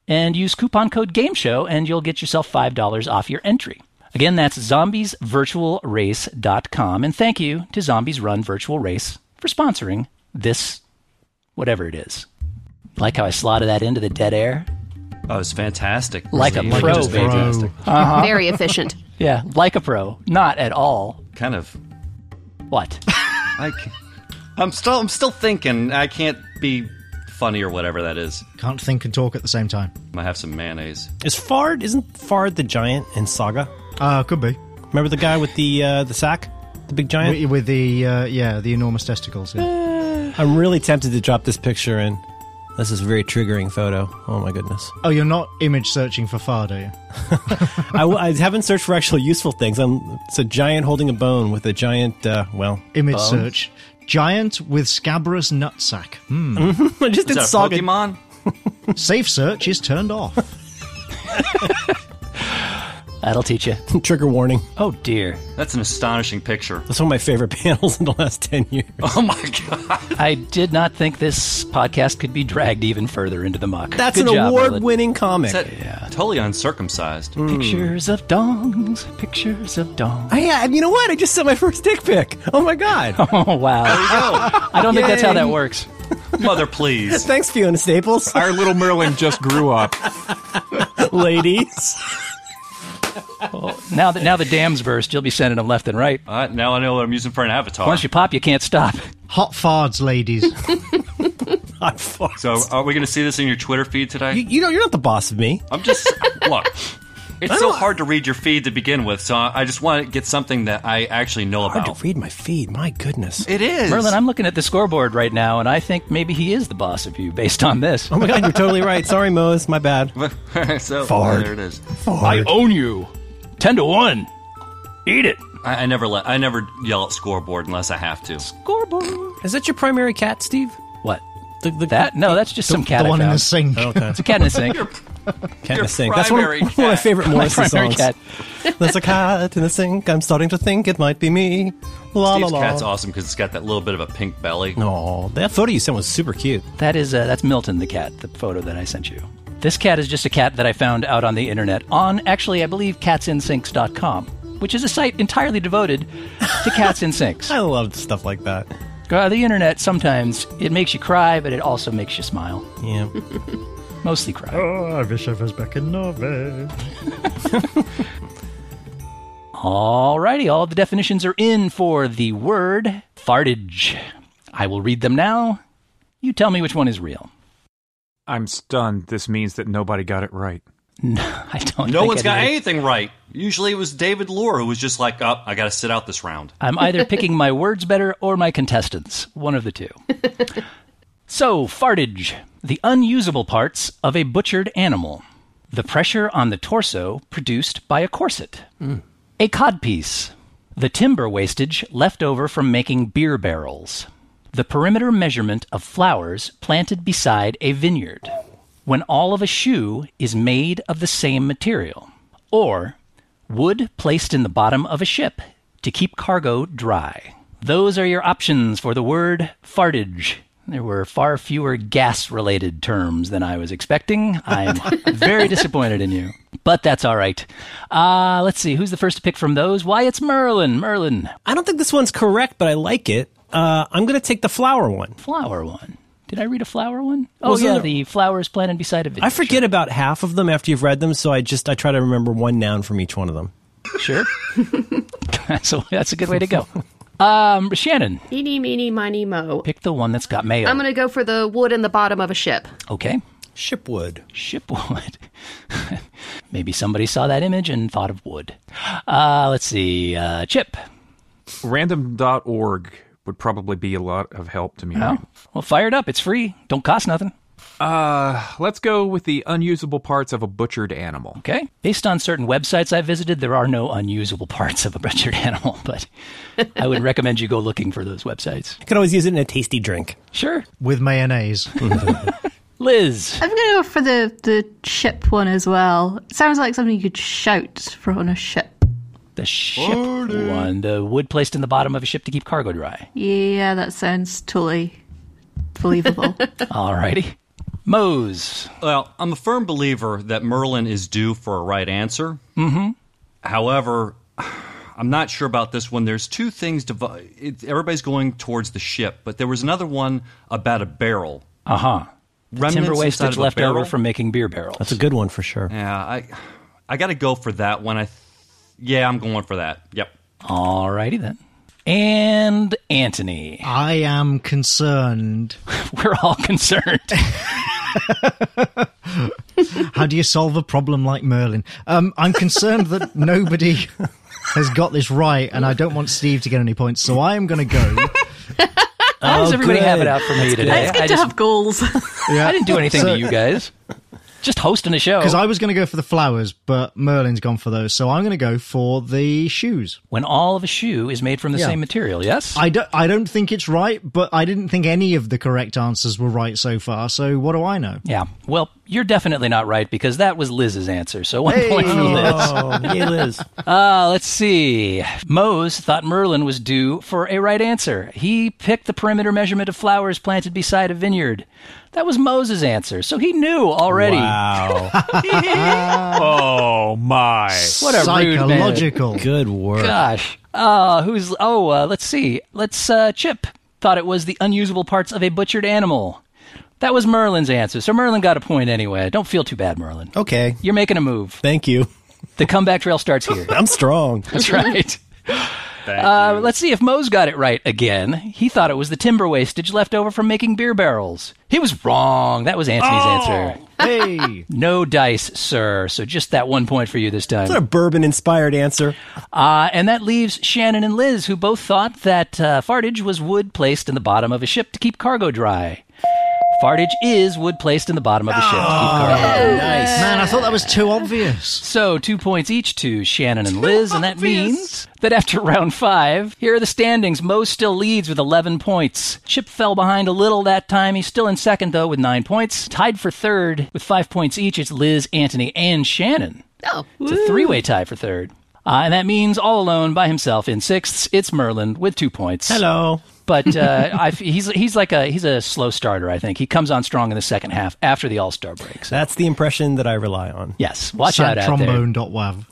S1: and use coupon code GAMESHOW and you'll get yourself $5 off your entry. Again, that's zombiesvirtualrace.com. And thank you to Zombies Run Virtual Race for sponsoring this, whatever it is. Like how I slotted that into the dead air?
S4: Oh, it's fantastic.
S1: Like a
S4: Really,
S1: pro,
S4: it's
S1: baby.
S4: fantastic.
S5: Uh-huh.
S7: Very efficient.
S1: Yeah, like a pro. Not at all.
S4: Kind of.
S1: What?
S4: I can I'm still. I'm still thinking. I can't be funny or whatever that is.
S5: Can't think and talk at the same time.
S4: I have some mayonnaise.
S6: Is Fard isn't Fard the giant in Saga?
S5: Uh, could be.
S6: Remember the guy with the uh, the sack, the big giant.
S5: With, with the, uh, yeah, the enormous testicles. Yeah.
S6: I'm really tempted to drop this picture in. This is a very triggering photo. Oh my goodness.
S5: Oh, you're not image searching for far, are you?
S6: I, w- I haven't searched for actual useful things. I'm, it's a giant holding a bone with a giant. Uh, well,
S5: Image search. Giant with scabrous nutsack. Hmm.
S6: I just
S4: Is
S6: did
S4: that a
S6: Saga.
S4: Pokemon?
S5: Safe search is turned off.
S1: That'll teach you.
S6: Trigger warning.
S1: Oh, dear.
S4: That's an astonishing picture.
S6: That's one of my favorite panels in the last ten years.
S4: Oh my god!
S1: I did not think this podcast could be dragged even further into the muck.
S6: That's
S1: Good
S6: an
S1: job, Merlin.
S6: award-winning comic.
S4: Is that totally uncircumcised?
S5: Hmm.
S1: Pictures of dongs, pictures of dongs.
S6: I, I- you know what? I just sent my first dick pic. Oh my god!
S1: Oh, wow.
S4: Oh,
S1: I don't think that's how
S6: Yay.
S1: that works.
S4: mother, please.
S6: Thanks, Fiona Staples,
S9: Our little Merlin just grew up.
S6: ladies.
S1: Now that now the dam's burst, you'll be sending them left and right.
S5: Ah.
S4: All right, now I know what I'm using for an avatar.
S1: Once you pop, you can't stop.
S5: Hot fards, ladies.
S6: I'm Fard.
S4: so, are we going to see this in your Twitter feed today?
S6: you, you know, you're not the boss of me.
S4: I'm just look. It's so hard to read your feed to begin with, so I I just want to get something that I actually know
S6: Hard
S4: about.
S6: to read my feed. My goodness.
S4: It is
S1: Merlin, I'm looking at the scoreboard right now, and I think maybe he is the boss of you based on this.
S6: Oh my god, you're totally right. Sorry, Moe's. My bad.
S4: so
S6: Fard.
S4: there it is.
S1: I own you. Ten to one. Eat it.
S4: I, I never let I never yell at scoreboard unless I have to.
S1: Scoreboard.
S6: Is that your primary cat, Steve?
S1: What?
S6: The, the
S1: That? No, that's just some cat.
S5: the
S1: I
S5: one in
S1: found.
S5: the sink.
S1: It's a cat in the sink.
S6: cat in
S4: your
S6: the sink. That's one of,
S4: primary
S6: one of my
S4: cat.
S6: favorite
S1: My
S6: Morrissey
S1: primary
S6: songs.
S1: cat.
S6: There's a cat in the sink. I'm starting to think it might be me. La
S4: Steve's
S6: la la.
S4: cat's awesome because it's got that little bit of a pink belly.
S6: Aw, that photo you sent was super cute.
S1: That is uh, that's Milton the cat, the photo that I sent you. This cat is just a cat that I found out on the internet on actually I believe catsinsinks.com, which is a site entirely devoted to cats in sinks.
S6: I loved stuff like that.
S1: Uh, the internet sometimes it makes you cry, but it also makes you smile.
S6: Yeah.
S1: Mostly cry.
S4: Oh.
S5: Oh, I wish I was back in Norway.
S1: Alrighty, all the definitions are in for the word fartage. I will read them now. You tell me which one is real.
S2: I'm stunned. This means that nobody got it right.
S1: I don't.
S4: No
S1: think
S4: one's
S1: I
S4: got
S1: did.
S4: anything right. Usually it was David Lohr who was just like, "Up, I got to sit out this round."
S1: I'm either picking my words better or my contestants, one of the two. so, fartage, the unusable parts of a butchered animal, the pressure on the torso produced by a corset, a codpiece, the timber wastage left over from making beer barrels, the perimeter measurement of flowers planted beside a vineyard, when all of a shoe is made of the same material, or wood placed in the bottom of a ship to keep cargo dry. Those are your options for the word fartage. There were far fewer gas related terms than I was expecting. I'm very disappointed in you, but that's all right. Uh, let's see, who's the first to pick from those? Why, it's Merlin. Merlin,
S6: I don't think this one's correct, but I like it. Uh, I'm going to take the flower one.
S1: flower one. Did I read a flower one? Oh,
S6: Wasn't
S1: yeah,
S6: it-
S1: the flowers planted beside a vineyard.
S6: I forget about half of them after you've read them, so I just I try to remember one noun from each one of them.
S1: Sure. so that's a good way to go. Um, Shannon,
S7: Meeny, meeny, miny, mo.
S1: pick the one that's got mayo.
S7: I'm going to go for the wood in the bottom of a ship.
S1: Okay.
S6: Shipwood.
S1: Shipwood. Maybe somebody saw that image and thought of wood. Uh, let's see. Uh, Chip.
S2: Random.org would probably be a lot of help to me.
S1: Oh, well, fire it up. It's free. Don't cost nothing.
S2: Uh, let's go with the unusable parts of a butchered animal.
S1: Okay. Based on certain websites I visited, there are no unusable parts of a butchered animal, but I would recommend you go looking for those websites.
S6: You can always use it in a tasty drink.
S1: Sure.
S5: With mayonnaise.
S1: Liz.
S3: I'm gonna go for the the ship one as well. It sounds like something you could shout from on a ship.
S1: The ship one. The wood placed in the bottom of a ship to keep cargo dry.
S3: Yeah, that sounds totally believable.
S1: Alrighty. Mose.
S4: Well, I'm a firm believer that Merlin is due for a right answer.
S1: Mm-hmm.
S4: However, I'm not sure about this one. There's two things. Devi- it, everybody's going towards the ship, but there was another one about a barrel.
S1: Uh huh.
S4: Remnants
S1: Timber
S4: inside
S1: wastage
S4: of a
S1: left over
S4: barrel?
S1: from making beer barrels.
S6: That's a good one for sure.
S4: Yeah, I, I got to go for that one. I, th- yeah, I'm going for that. Yep.
S1: Alrighty then. And Anthony.
S5: I am concerned.
S1: We're all concerned.
S5: How do you solve a problem like Merlin? Um, I'm concerned that nobody has got this right, and I don't want Steve to get any points, so I am going to go.
S1: How does
S6: Oh,
S1: everybody have it
S6: good.
S1: out for me today?
S3: it's good
S1: Eh, I,
S3: to
S1: just,
S3: have goals.
S5: Yeah.
S1: I didn't do anything
S5: So-
S1: to you guys. Just hosting a show.
S5: Because I was going to go for the flowers, but Merlin's gone for those, so I'm going to go for the shoes.
S1: when all of a shoe is made from the
S5: Yeah.
S1: same material, yes?
S5: I don't, I don't think it's right, but I didn't think any of the correct answers were right so far, so what do I know?
S1: yeah. Well, you're definitely not right because that was Liz's answer. So one point for Liz.
S6: Oh, yay, Liz.
S1: Uh, let's see. Mose thought Merlin was due for a right answer. He picked the perimeter measurement of flowers planted beside a vineyard. That was Mose's answer, so he knew already.
S6: Wow.
S9: Oh my.
S1: What a rude man.
S5: Psychological.
S6: Good work.
S1: Gosh. Uh, who's? Oh, uh, let's see. Let's. Uh, Chip thought it was the unusable parts of a butchered animal. That was Merlin's answer, so Merlin got a point anyway. Don't feel too bad, Merlin.
S6: Okay.
S1: You're making a move.
S6: Thank you.
S1: The comeback trail starts here.
S6: I'm strong.
S1: That's right. Uh, let's see if Mose got it right again. He thought it was the timber wastage left over from making beer barrels. He was wrong. That was Anthony's answer.
S5: Hey!
S1: No dice, sir. So just that one point for you this time.
S6: What a bourbon inspired answer.
S1: Uh, and that leaves Shannon and Liz, who both thought that uh, fartage was wood placed in the bottom of a ship to keep cargo dry. Fartage is wood placed in the bottom of a ship to keep cargo dry.
S5: Nice. Man, I thought that was too obvious.
S1: So, two points each to Shannon and Liz, and that means that after round five, here are the standings. Mo still leads with 11 points. Chip fell behind a little that time. He's still in second, though, with nine points. Tied for third with five points each. It's Liz, Anthony, and Shannon.
S7: Oh,
S1: It's a three way tie for third. Uh, and that means all alone by himself in sixths, it's Merlin with two points.
S6: Hello.
S1: But uh, I, he's, he's like a he's a slow starter, I think. He comes on strong in the second half after the All Star break. So,
S6: That's the impression that I rely on.
S1: yes, watch out out there.
S5: Trombone.wav.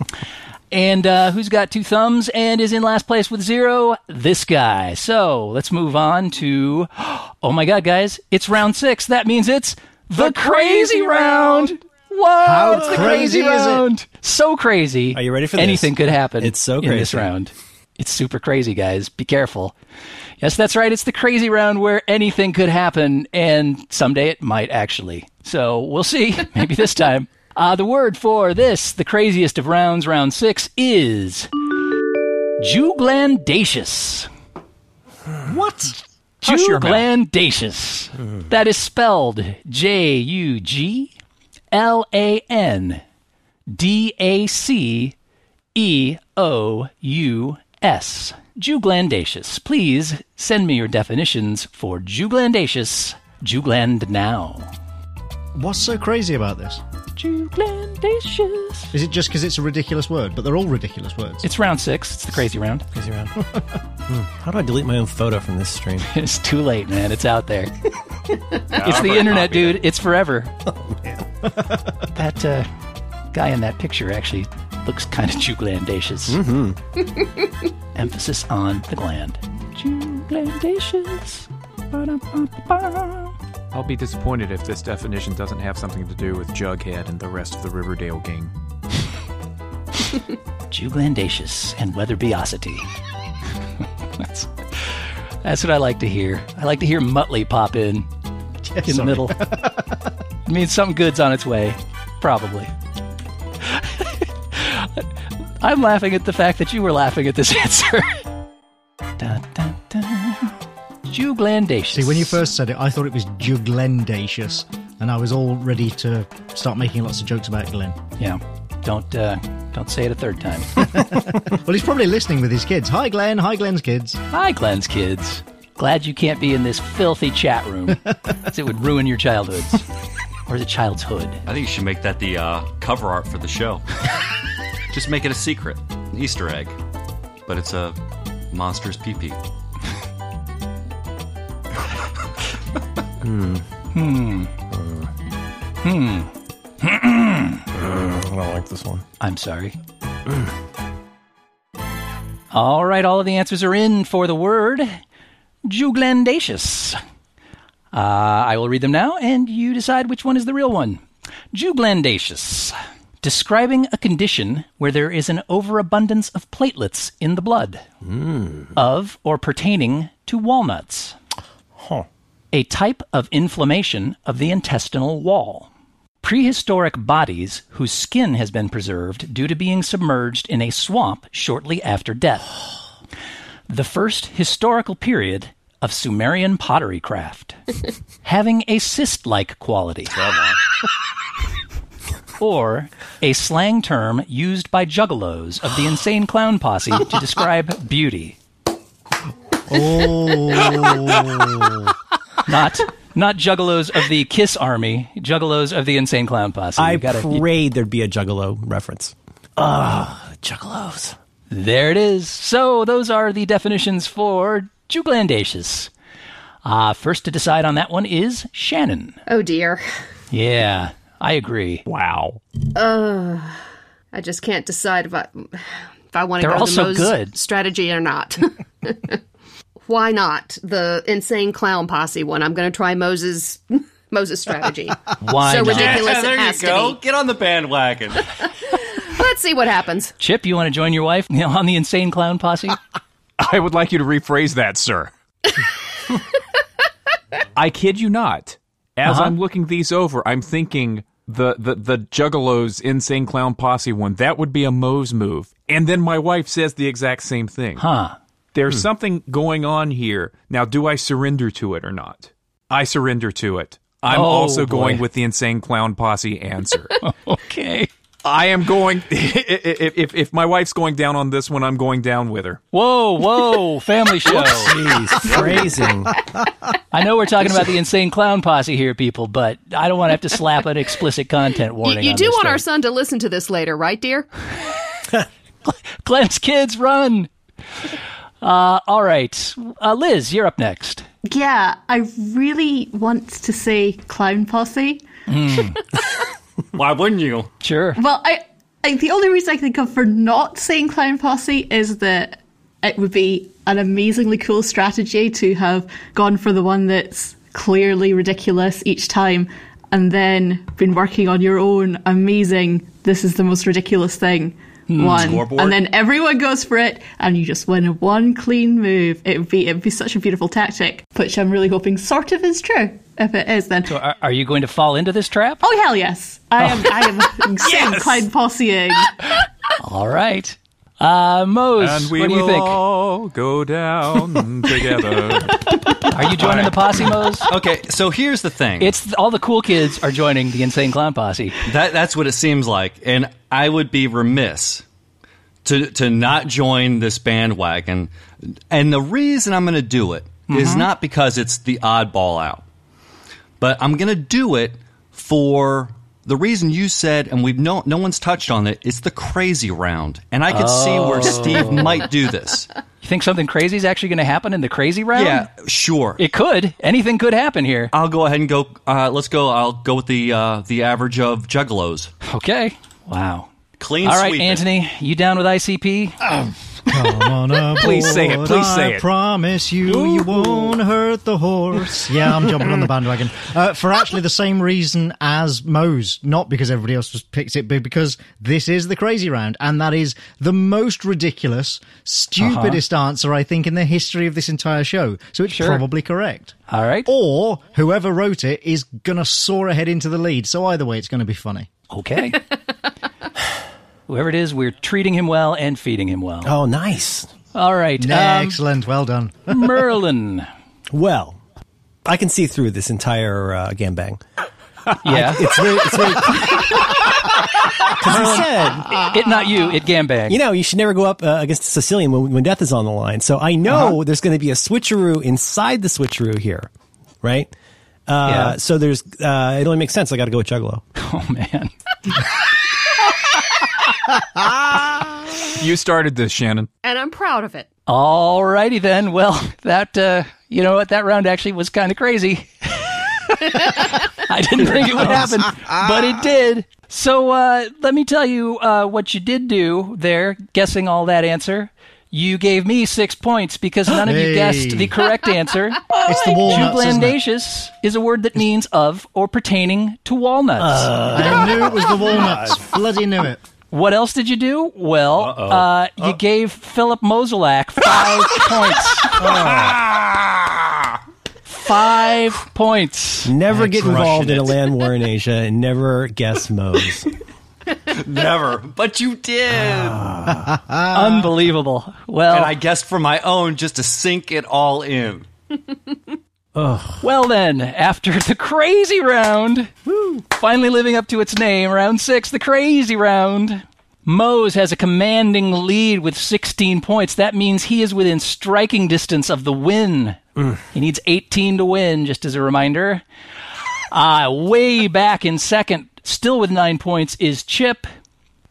S1: And uh, who's got two thumbs and is in last place with zero? This guy. So let's move on to. Oh my God, guys! It's round six. That means it's the, crazy, round. Wow!
S5: How
S1: it's the
S5: crazy
S1: crazy,
S5: is it?
S1: round. So crazy.
S6: Are you ready for this?
S1: anything could happen?
S6: It's so
S1: in this
S6: crazy.
S1: round. It's super crazy, guys. Be careful. Yes, that's right. It's the crazy round where anything could happen, and someday it might actually. So we'll see. Maybe this time. Uh, the word for this, the craziest of rounds, round six, is juglandacious.
S5: what?
S2: Hush your mouth.
S1: Juglandacious. That is spelled J U G L A N D A C E O U S. Juglandacious. Please send me your definitions for juglandacious. Jugland now.
S5: What's so crazy about this?
S1: Juglandacious.
S5: Is it just because it's a ridiculous word? But they're all ridiculous words.
S1: It's round six. It's the crazy round.
S6: Crazy round. Hmm, How do I delete my own photo from this stream?
S1: It's too late, man. It's out there. it's
S9: I've
S1: the
S9: already
S1: internet,
S9: copied
S1: dude. It's forever. that uh, guy in that picture actually looks kind of juglandacious. Mm-hmm. Emphasis on the gland. Juglandacious. Ba-dum-bum-bum.
S2: I'll be disappointed if this definition doesn't have something to do with Jughead and the rest of the Riverdale gang.
S1: Juglandacious and weatherbiosity. that's, that's what I like to hear. I like to hear Muttley pop in.
S5: Yeah,
S1: in the
S5: sorry.
S1: middle. it means something good's on its way, probably. I'm laughing at the fact that you were laughing at this answer. dun, dun, dun. Juglandacious.
S5: See, when you first said it, I thought it was juglendacious, and I was all ready to start making lots of jokes about Glenn.
S1: yeah, don't uh, don't say it a third time.
S5: Well, he's probably listening with his kids. Hi, Glenn. Hi, Glenn's kids.
S1: Hi, Glenn's kids. Glad you can't be in this filthy chat room. 'cause it would ruin your childhoods or the child's hood.
S4: I think you should make that the uh, cover art for the show. Just make it a secret. Easter egg, but it's a monster's pee pee.
S10: Hmm.
S1: Hmm. Hmm.
S10: I don't like this one.
S1: I'm sorry. All right, all of the answers are in for the word juglandaceous. Uh, I will read them now, and you decide which one is the real one. Juglandaceous. Describing a condition where there is an overabundance of platelets in the blood of or pertaining to walnuts. A type of inflammation of the intestinal wall. Prehistoric bodies whose skin has been preserved due to being submerged in a swamp shortly after death. The first historical period of Sumerian pottery craft. Having a cyst like quality. or a slang term used by juggalos of the insane clown posse to describe beauty.
S10: Oh.
S1: Not not juggalos of the Kiss Army, juggalos of the insane clown posse.
S6: I
S1: You gotta- you-
S6: prayed there'd be a Juggalo reference. Ah, Juggalos.
S1: There it is. So those are the definitions for juglandaceous. Uh, first to decide on that one is Shannon.
S7: Oh dear.
S1: Yeah, I agree.
S6: Wow.
S7: Uh, I just can't decide if I if I want to
S1: They're
S7: go
S1: all
S7: the
S1: so
S7: Moe's
S1: good.
S7: strategy or not. Why not the insane clown posse one? I'm going to try Moses Moses strategy.
S1: Why
S7: so
S1: not?
S4: Eh,
S7: ridiculous
S1: Yeah, there
S7: it
S1: you
S7: has
S1: go.
S7: to
S4: Get on the bandwagon.
S7: be. Let's see what happens.
S1: Chip, you want to join your wife on the insane clown posse?
S2: I would like you to rephrase that, sir. I kid you not. As
S1: Uh-huh.
S2: I'm looking these over, I'm thinking the, the the Juggalos insane clown posse one. That would be a Moe's move. And then my wife says the exact same thing.
S1: Huh. Hmm.
S2: There's something going on here. Now, do I surrender to it or not? I surrender to it. I'm
S1: Oh,
S2: also
S1: boy.
S2: going with the insane clown posse answer.
S1: okay.
S2: I am going. if, if if my wife's going down on this one, I'm going down with her.
S1: Whoa, whoa, family show. Jeez,
S6: phrasing.
S1: I know we're talking about the insane clown posse here, people, but I don't want to have to slap an explicit content
S7: You,
S1: warning.
S7: you
S1: on
S7: do
S1: this
S7: want
S1: thing.
S7: our son to listen to this later, right, dear?
S1: Glenn's kids run. Uh, all right, uh, Liz, you're up next.
S3: Yeah, I really want to say clown posse.
S4: Why wouldn't you?
S1: Sure.
S3: Well, I, I the only reason I can think of for not saying clown posse is that it would be an amazingly cool strategy to have gone for the one that's clearly ridiculous each time and then been working on your own amazing this is the most ridiculous thing
S11: Hmm.
S3: one
S11: Scoreboard?
S3: and then everyone goes for it and you just win a one clean move it would be it would be such a beautiful tactic which i'm really hoping sort of is true if it is then
S1: So, uh, are, are you going to fall into this trap?
S3: Oh hell yes! I am. I am insane
S1: Yes!
S3: Clyde posseing.
S1: All right, uh, Mose,
S2: and we
S1: what do
S2: will
S1: you think?
S2: all go down together.
S1: Are you joining the posse, Mose?
S4: Okay, so here's the thing.
S1: It's th- all the cool kids are joining the insane clown posse.
S4: That that's what it seems like, and I would be remiss to to not join this bandwagon. And the reason I'm going to do it is
S8: Mhm.
S4: not because it's the oddball out, but I'm going to do it for the reason you said, and we've no no one's touched on it. It's the crazy round, and I could see where
S1: Oh.
S4: Steve might do this.
S1: You think something crazy is actually going to happen in the crazy round?
S4: Yeah, sure.
S1: It could. Anything could happen here.
S4: I'll go ahead and go. Uh, let's go. I'll go with the uh, the average of juggalos.
S1: Okay. Wow.
S4: Clean
S1: All right,
S4: sweep it.
S1: Anthony, you down with ICP?
S5: Come on aboard,
S1: Please say it, please say
S5: I
S1: it.
S5: promise you, you won't hurt the horse. Yeah, I'm jumping on the bandwagon uh, for actually the same reason as Moe's, not because everybody else just picked it, but because this is the crazy round, and that is the most ridiculous, stupidest
S1: Uh-huh.
S5: answer I think in the history of this entire show. So it's probably correct.
S1: All right,
S5: or whoever wrote it is gonna soar ahead into the lead. So either way, it's gonna be funny.
S1: Okay. Whoever it is, we're treating him well and feeding him well.
S6: Oh, nice.
S1: All right. um,
S5: Excellent. Well done.
S1: Merlin.
S6: Well, I can see through this entire uh, gambang.
S1: Yeah.
S6: it's really, it's really. Because you said
S1: it, not you, it gambang.
S6: You know, you should never go up uh, against a Sicilian when, when death is on the line. So I know there's going to be a switcheroo inside the switcheroo here, right? Uh,
S1: Yeah.
S6: So there's, uh, it only makes sense. I got to go with Juggalo.
S1: Oh man.
S2: you started this, Shannon.
S7: and I'm proud of it.
S1: Alrighty then. Well, that uh, you know what? That round actually was kind of crazy. I didn't think it would happen, but it did. So uh, let me tell you uh, what you did do there. Guessing all that answer, you gave me six points because none of you
S5: Hey.
S1: guessed the correct answer.
S5: It's the walnuts, isn't it?
S1: Jublandaceous is a word that means of or pertaining to walnuts.
S5: I knew it was the walnuts. Bloody knew it.
S1: What else did you do? Well, uh, you gave Philip Moselak five points.
S8: Ah.
S1: Five points.
S6: Never
S1: I
S6: get
S1: crushed
S6: involved in
S1: it.
S6: a land war in Asia and never guess Moe's.
S8: Never. But you did.
S1: Unbelievable. Well,
S8: Uh. and I guessed for my own just to sink it all in.
S1: Well, then, after the crazy round, finally living up to its name, round six, the crazy round. Mose has a commanding lead with 16 points. That means he is within striking distance of the win. He needs 18 to win, just as a reminder. Uh, way back in second, still with nine points, is Chip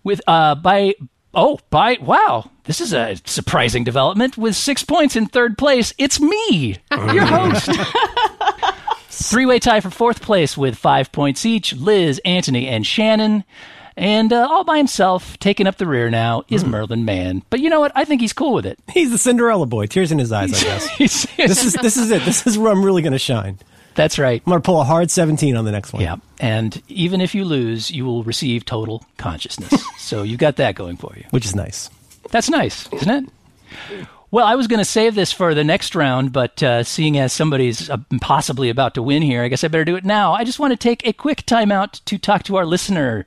S1: with uh by oh by wow this is a surprising development with six points in third place it's me your host three-way tie for fourth place with five points each liz anthony and shannon and uh, all by himself taking up the rear now is merlin mann but you know what i think he's cool with it
S6: He's the Cinderella boy, tears in his eyes. I guess
S1: He's-
S6: this is this is it. This is where I'm really going to shine.
S1: That's right.
S6: I'm going to pull a hard 17 on the next one.
S1: yeah and even if you lose you will receive total consciousness so you got that going for you
S6: which is nice.
S1: That's nice, isn't it? Well, I was going to save this for the next round, but uh, seeing as somebody's uh, possibly about to win here, I guess I better do it now. I just want to take a quick timeout to talk to our listener.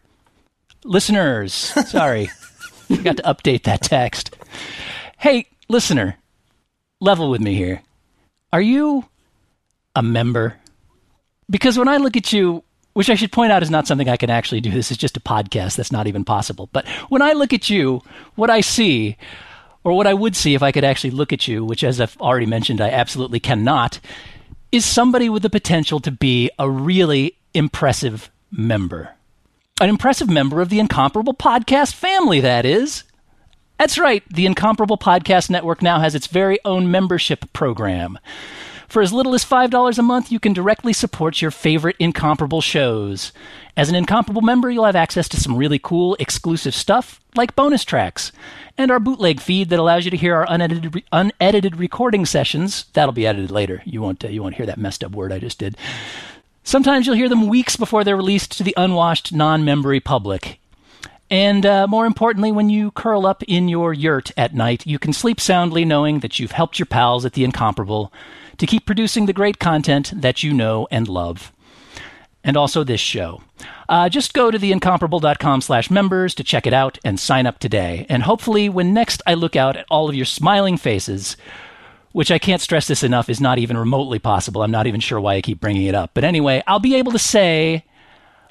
S1: Listeners, sorry. Forgot to update that text. Hey, listener, level with me here. Are you a member? Because when I look at you, which I should point out is not something I can actually do, this is just a podcast that's not even possible. But when I look at you, what I see, or what I would see if I could actually look at you, which as I've already mentioned, I absolutely cannot, is somebody with the potential to be a really impressive member. An impressive member of the incomparable podcast family, that is. That's right. The Incomparable Podcast Network now has its very own membership program. For as little as $5 a month, you can directly support your favorite Incomparable shows. As an Incomparable member, you'll have access to some really cool, exclusive stuff, like bonus tracks, and our bootleg feed that allows you to hear our unedited, re- unedited recording sessions. That'll be edited later. You won't, uh, you won't hear that messed up word I just did. Sometimes you'll hear them weeks before they're released to the unwashed, non membery public. And uh, more importantly, when you curl up in your yurt at night, you can sleep soundly knowing that you've helped your pals at The Incomparable to keep producing the great content that you know and love. And also this show. Uh, just go to theincomparable.com slash members to check it out and sign up today. And hopefully, when next I look out at all of your smiling faces, which I can't stress this enough is not even remotely possible. I'm not even sure why I keep bringing it up. But anyway, I'll be able to say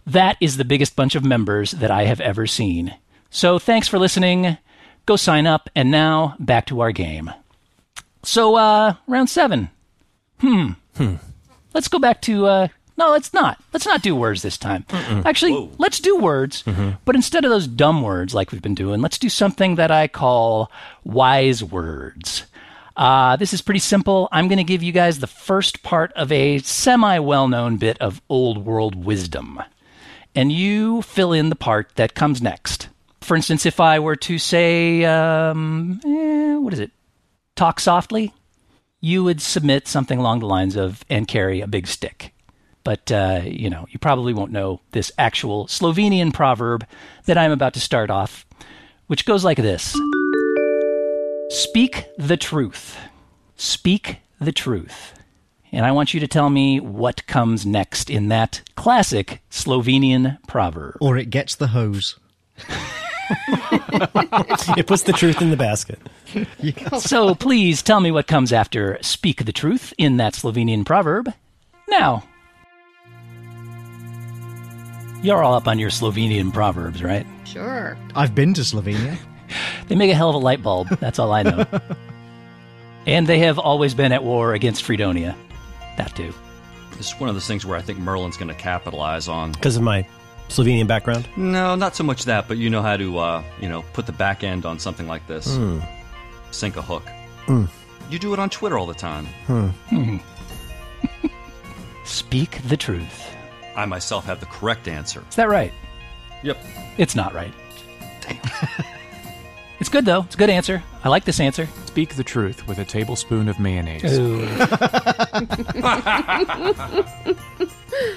S1: that is the biggest bunch of members that I have ever seen. So thanks for listening. Go sign up. And now back to our game. So, uh, round seven. Hmm.
S6: Hmm.
S1: Let's go back to, uh, no, let's not. Let's not do words this time. Actually, let's do words, but instead of those dumb words like we've been doing, let's do something that I call wise words. Uh, this is pretty simple. I'm going to give you guys the first part of a semi well known bit of old world wisdom. And you fill in the part that comes next. For instance, if I were to say, um, eh, what is it? Talk softly, you would submit something along the lines of, and carry a big stick. But, uh, you know, you probably won't know this actual Slovenian proverb that I'm about to start off, which goes like this Speak the truth. Speak the truth. And I want you to tell me what comes next in that classic Slovenian proverb.
S5: Or it gets the hose.
S6: it puts the truth in the basket.
S1: so please tell me what comes after speak the truth in that Slovenian proverb. Now. You're all up on your Slovenian proverbs, right?
S7: Sure.
S5: I've been to Slovenia.
S1: They make a hell of a light bulb, that's all I know. and they have always been at war against Fredonia. That too.
S4: It's one of those things where I think Merlin's going to capitalize on.
S6: Because of my Slovenian background?
S4: No, not so much that, but you know how to, uh, you know, put the back end on something like this.
S6: Hmm.
S4: Sink a hook.
S6: Mm.
S4: You do it on Twitter all the time.
S6: Hmm.
S1: Speak the truth.
S4: I myself have the correct answer.
S1: Is that right?
S4: Yep.
S1: It's not right. it's good though. It's a good answer. I like this answer.
S2: Speak the truth with a tablespoon of mayonnaise.
S1: Ooh.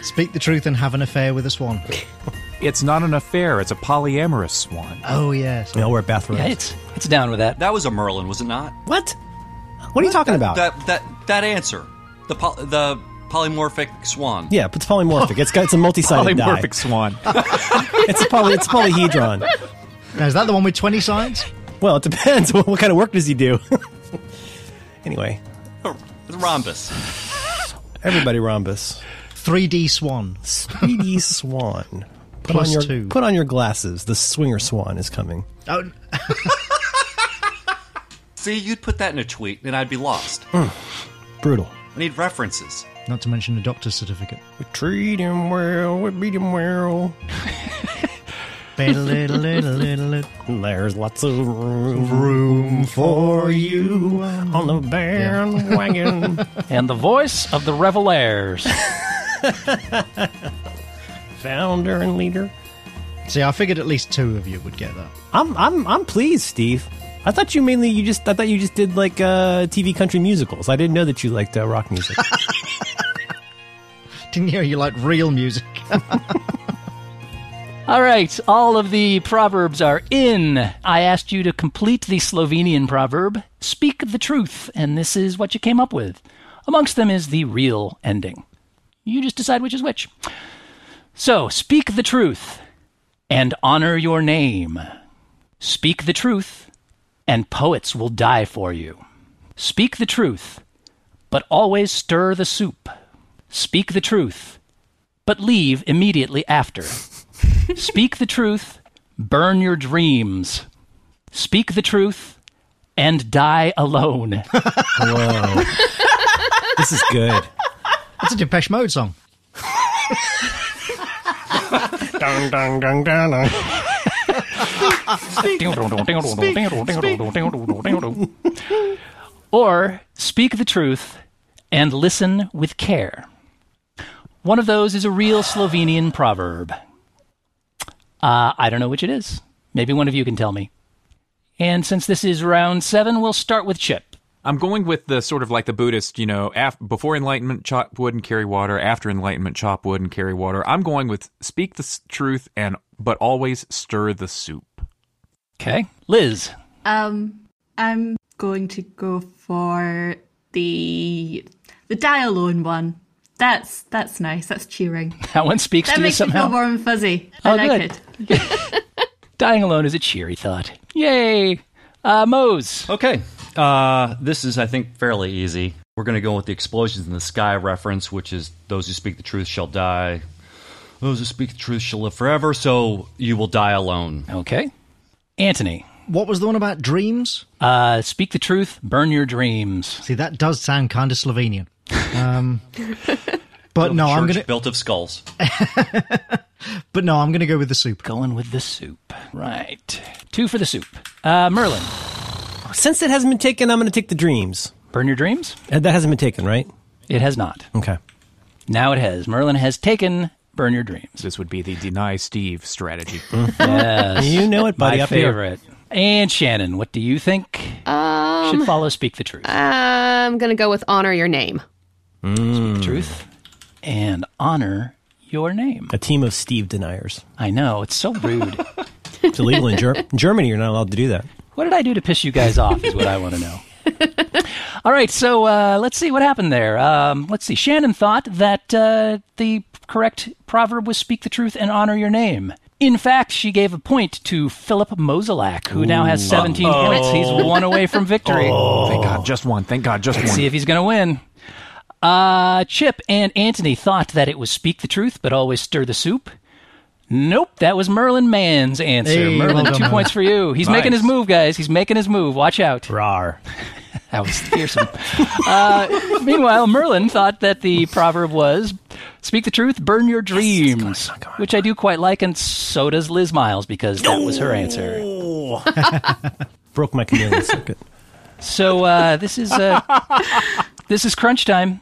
S5: Speak the truth and have an affair with a swan.
S2: It's not an affair, it's a polyamorous swan.
S5: Oh, yes.
S6: They all wear bathrobes.
S1: Yeah, it's, it's down with that.
S4: That was a Merlin, was it not?
S6: What? What are you talking about?
S4: That that that answer. The poly, the polymorphic swan.
S6: yeah, but it's polymorphic. It's got it's a multi-sided die.
S2: Polymorphic swan.
S6: It's a poly, it's polyhedron.
S5: Now, is that the one with 20 sides?
S6: Well, it depends. What, what kind of work does he do? anyway,
S4: The rhombus.
S6: everybody rhombus.
S5: 3D swan.
S6: 3D swan. Put
S5: Plus
S6: on your
S5: two.
S6: put on your glasses. The swinger swan is coming.
S5: Oh,
S4: See, you'd put that in a tweet and I'd be lost.
S6: Brutal.
S4: I need references.
S5: not to mention a doctor's certificate.
S6: We treat him well. We beat him well.
S5: Ba-da-da-da-da-da-da.
S6: There's lots of room for you on the bandwagon.
S1: and the voice of the Revelairs.
S6: Founder and leader.
S5: See, I figured at least two of you would get that.
S6: I'm I'm I'm pleased, Steve. I thought you mainly you just I thought you just did like uh, TV country musicals. I didn't know that you liked uh, rock music.
S5: Didn't you? You like real music.
S1: All right, all of the proverbs are in. I asked you to complete the Slovenian proverb, speak the truth, and this is what you came up with. Amongst them is the real ending. You just decide which is which. So, speak the truth and honor your name. Speak the truth and poets will die for you. Speak the truth, but always stir the soup. Speak the truth, but leave immediately after. Speak the truth, burn your dreams. Speak the truth, and die alone.
S6: Whoa, this is good.
S5: That's a Depeche Mode song.
S10: Dun, dun, dun, dun, dun.
S1: or speak the truth and listen with care. One of those is a real Slovenian proverb. Uh, I don't know which it is. Maybe one of you can tell me. And since this is round seven, we'll start with Chip.
S2: I'm going with the sort of like the Buddhist, you know, af- before enlightenment, chop wood and carry water. After enlightenment, chop wood and carry water. I'm going with speak the s- truth and but always stir the soup.
S1: Okay. Liz.
S3: Um, I'm going to go for the the die alone one. That's that's nice. That's cheering.
S1: That one speaks
S3: that
S1: to you
S3: makes me
S1: somehow.
S3: feel warm and fuzzy.
S1: Oh,
S3: I like
S1: good.
S3: it.
S1: Dying alone is a cheery thought. Yay! Uh, Mose.
S4: Okay. Uh, this is, I think, fairly easy. We're going to go with the explosions in the sky reference, which is those who speak the truth shall die. Those who speak the truth shall live forever. So you will die alone.
S1: Okay. Anthony.
S5: What was the one about dreams?
S1: Uh, speak the truth, burn your dreams.
S5: See, that does sound kind of Slovenian. Um, but no, I'm
S4: Church
S5: gonna.
S4: built of skulls.
S5: But no, I'm gonna go with the soup.
S1: Going with the soup. Right. Two for the soup. Uh, Merlin.
S6: Since it hasn't been taken, I'm going to take the dreams.
S1: Burn your dreams?
S6: Uh, That hasn't been taken, right?
S1: It has not.
S6: Okay.
S1: Now it has. Merlin has taken burn your dreams.
S2: This would be the deny Steve strategy.
S1: Yes.
S6: You know it, buddy.
S1: my
S6: up
S1: favorite. And Shannon, what do you think
S7: Um,
S1: should follow speak the truth?
S7: I'm going to go with honor your name.
S1: Speak the truth and honor your name.
S6: here. A team of Steve deniers.
S1: I know, it's so rude.
S6: It's illegal in, Ger- in Germany. You're not allowed to do that.
S1: What did I do to piss you guys off? Is what I want to know. All right, so uh, let's see what happened there. Um, let's see. Shannon thought that uh, the correct proverb was "speak the truth and honor your name." In fact, she gave a point to Philip Moselak, who now has 17 points. He's one away from victory.
S2: Thank God, just one. Thank God, just
S1: See
S2: one.
S1: if he's going to win. Uh, Chip and Anthony thought that it was "speak the truth, but always stir the soup." Nope, that was Merlin Mann's answer.
S5: Hey,
S1: Merlin,
S5: well done,
S1: two
S5: Merlin.
S1: points for you. He's making his
S2: Nice.
S1: move, guys. He's making his move. Watch out.
S6: Rar.
S1: That was fearsome. uh, meanwhile, Merlin thought that the proverb was Speak the Truth, Burn Your Dreams, which I do quite like, and so does Liz Miles because that was her answer.
S6: Broke my chameleon circuit.
S1: So uh, this is uh, this is crunch time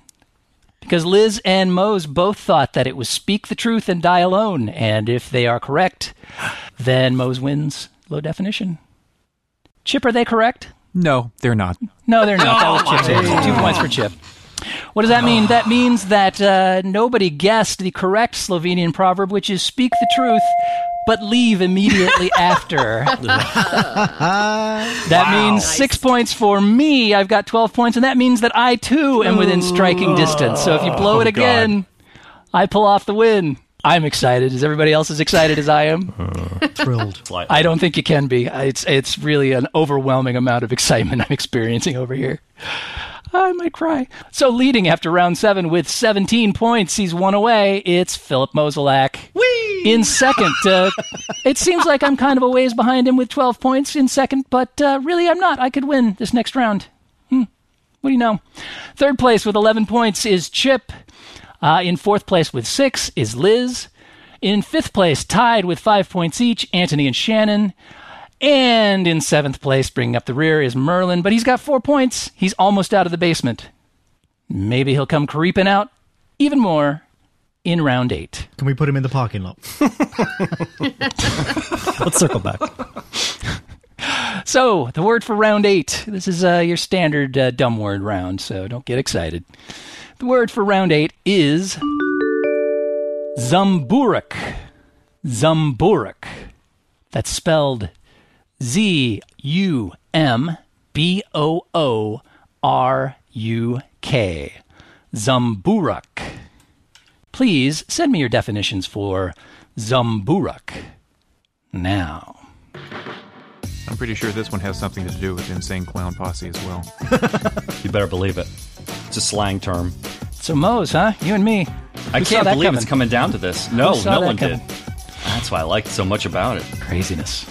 S1: because Liz and Mose both thought that it was Speak the Truth and Die Alone, and if they are correct, then Mose wins low definition. Chip, are they correct?
S2: No, they're not.
S1: No, they're not.
S2: Oh,
S1: that was Chip's
S2: my
S1: answer. Two
S2: God.
S1: points for Chip. What does that mean? That means that uh, nobody guessed the correct Slovenian proverb, which is speak the truth, but leave immediately after. that means six points for me. I've got 12 points, and that means that I too am within striking distance. So if you blow
S11: Oh,
S1: it
S11: God.
S1: again, I pull off the win. I'm excited. Is everybody else as excited as I am?
S5: Thrilled.
S1: I don't think you can be. I- It's it's really an overwhelming amount of excitement I'm experiencing over here. I might cry. So leading after round seven with 17 points, he's one away. It's Philip Moselak. Whee! In second, uh, it seems like I'm kind of a ways behind him with 12 points in second, but uh, really I'm not. I could win this next round. Hmm. What do you know? Third place with 11 points is Chip. Uh, in fourth place with six is Liz. In fifth place, tied with five points each, Anthony and Shannon. And in seventh place, bringing up the rear, is Merlin, but he's got four points. He's almost out of the basement. Maybe he'll come creeping out even more in round eight.
S5: Can we put him in the parking lot?
S1: Let's circle back. so, the word for round eight. This is uh, your standard uh, dumb word round, so don't get excited. The word for round eight is Zumburuk. Zumburuk. That's spelled Z U M B O O R U K. Zumburuk. Please send me your definitions for Zumburuk now.
S2: I'm pretty sure this one has something to do with Insane Clown Posse as well.
S4: You better believe it. It's a slang term.
S1: So Mose, huh? You and me.
S4: I
S1: Who saw
S4: can't
S1: that
S4: believe it's
S1: coming?
S4: coming down to this. No,
S1: Who saw
S4: no
S1: that
S4: one
S1: coming?
S4: did. That's what I liked so much about it.
S1: Craziness.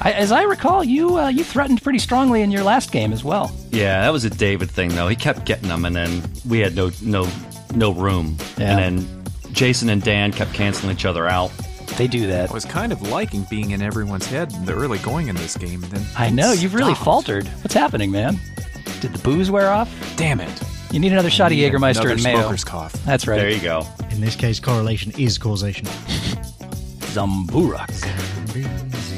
S1: I, as I recall, you uh, you threatened pretty strongly in your last game as well.
S4: Yeah, that was a David thing though. He kept getting them, and then we had no no no room.
S1: Yeah.
S4: And then Jason and Dan kept canceling each other out.
S1: They do that.
S2: I was kind of liking being in everyone's head in the early going in this game. and Then
S1: I know you've really faltered. What's happening, man? Did the booze wear off?
S2: Damn it!
S1: You need another shot of
S2: Need
S1: Jägermeister
S2: another
S1: and mayo.
S2: smoker's cough.
S1: That's right.
S4: There you go.
S5: In this case, correlation is causation.
S1: Zamburak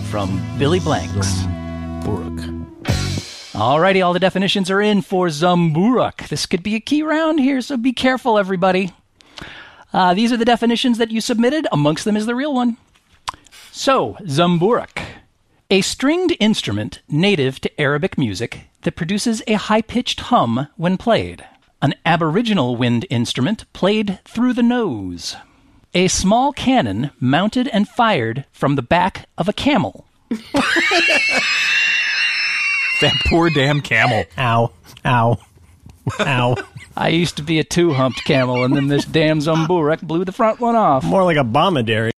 S1: from Billy Blanks. Alrighty, all the definitions are in for Zamburak. This could be a key round here, so be careful, everybody. Uh, these are the definitions that you submitted. Amongst them is the real one. So, Zamburak, a stringed instrument native to Arabic music that produces a high pitched hum when played. An aboriginal wind instrument played through the nose. A small cannon mounted and fired from the back of a camel.
S2: That poor damn camel.
S1: Ow. Ow. Ow. I used to be a two humped camel, and then this damn Zumburek blew the front one off. More like a bombardier.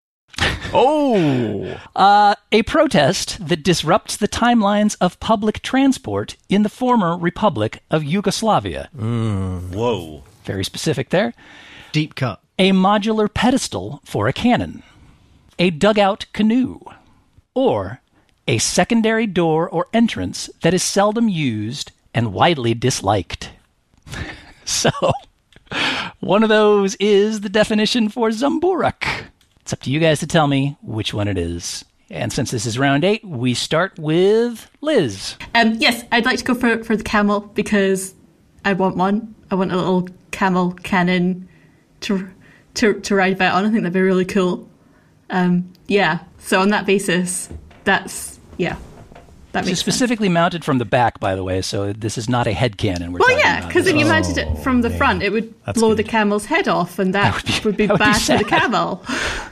S1: oh! Uh, a protest that disrupts the timelines of public transport in the former Republic of Yugoslavia.
S4: Whoa.
S1: Very specific there.
S5: Deep cut.
S1: A modular pedestal for a cannon. A dugout canoe. Or a secondary door or entrance that is seldom used and widely disliked. so, one of those is the definition for Zamburak. It's up to you guys to tell me which one it is. And since this is round eight, we start with Liz.
S3: Um, yes, I'd like to go for for the camel because I want one. I want a little camel cannon to to to ride about on. I think that'd be really cool. Um, yeah. So on that basis, that's yeah. That
S1: This is
S3: makes sense.
S1: specifically mounted from the back, by the way, so this is not a head cannon. We're
S3: Well,
S1: talking
S3: yeah,
S1: about.
S3: because if you mounted it from the
S1: man.
S3: front, it would
S1: That's
S3: blow the camel's head off, and that, would be,
S1: that would be
S3: bad for the
S1: sad.
S3: camel.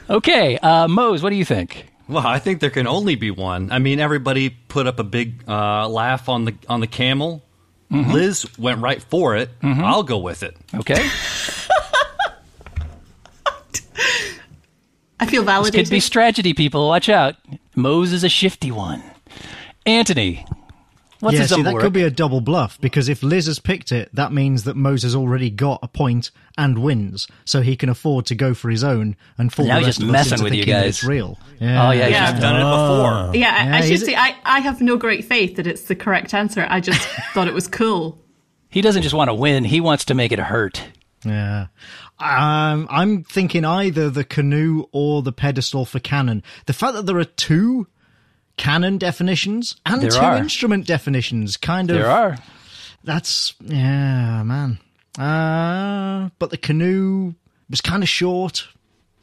S1: Okay, uh, Mose, what do you think?
S4: Well, I think there can only be one. I mean, everybody put up a big uh, laugh on the on the camel.
S1: Mhm.
S4: Liz went right for it.
S1: Mm-hmm.
S4: I'll go with it.
S1: Okay.
S3: I feel
S1: This could
S3: validated.
S1: be strategy, people. Watch out. Mose is a shifty one. Anthony, What's
S5: yeah,
S1: his
S5: see,
S1: double
S5: that
S1: work?
S5: could be a double bluff because if Liz has picked it, that means that Mose has already got a point and wins, so he can afford to go for his own and fool
S1: Now
S5: the
S1: he's
S5: rest
S1: just
S5: of us
S1: messing
S5: into
S1: with you
S5: thinking that
S1: guys.
S5: It's real.
S1: Oh, yeah, he's Yeah. just done it
S5: Oh.
S1: before.
S3: Yeah, I, I
S5: he's-
S3: should say I, I have no great faith that it's the correct answer. I just thought it was cool.
S1: He doesn't just want to win, he wants to make it hurt.
S5: Yeah. Um, I'm thinking either the canoe or the pedestal for cannon. The fact that there are two cannon definitions and
S1: There
S5: two
S1: are.
S5: instrument definitions kind of.
S1: There are.
S5: That's. Yeah, man. Uh, but the canoe was kind of short.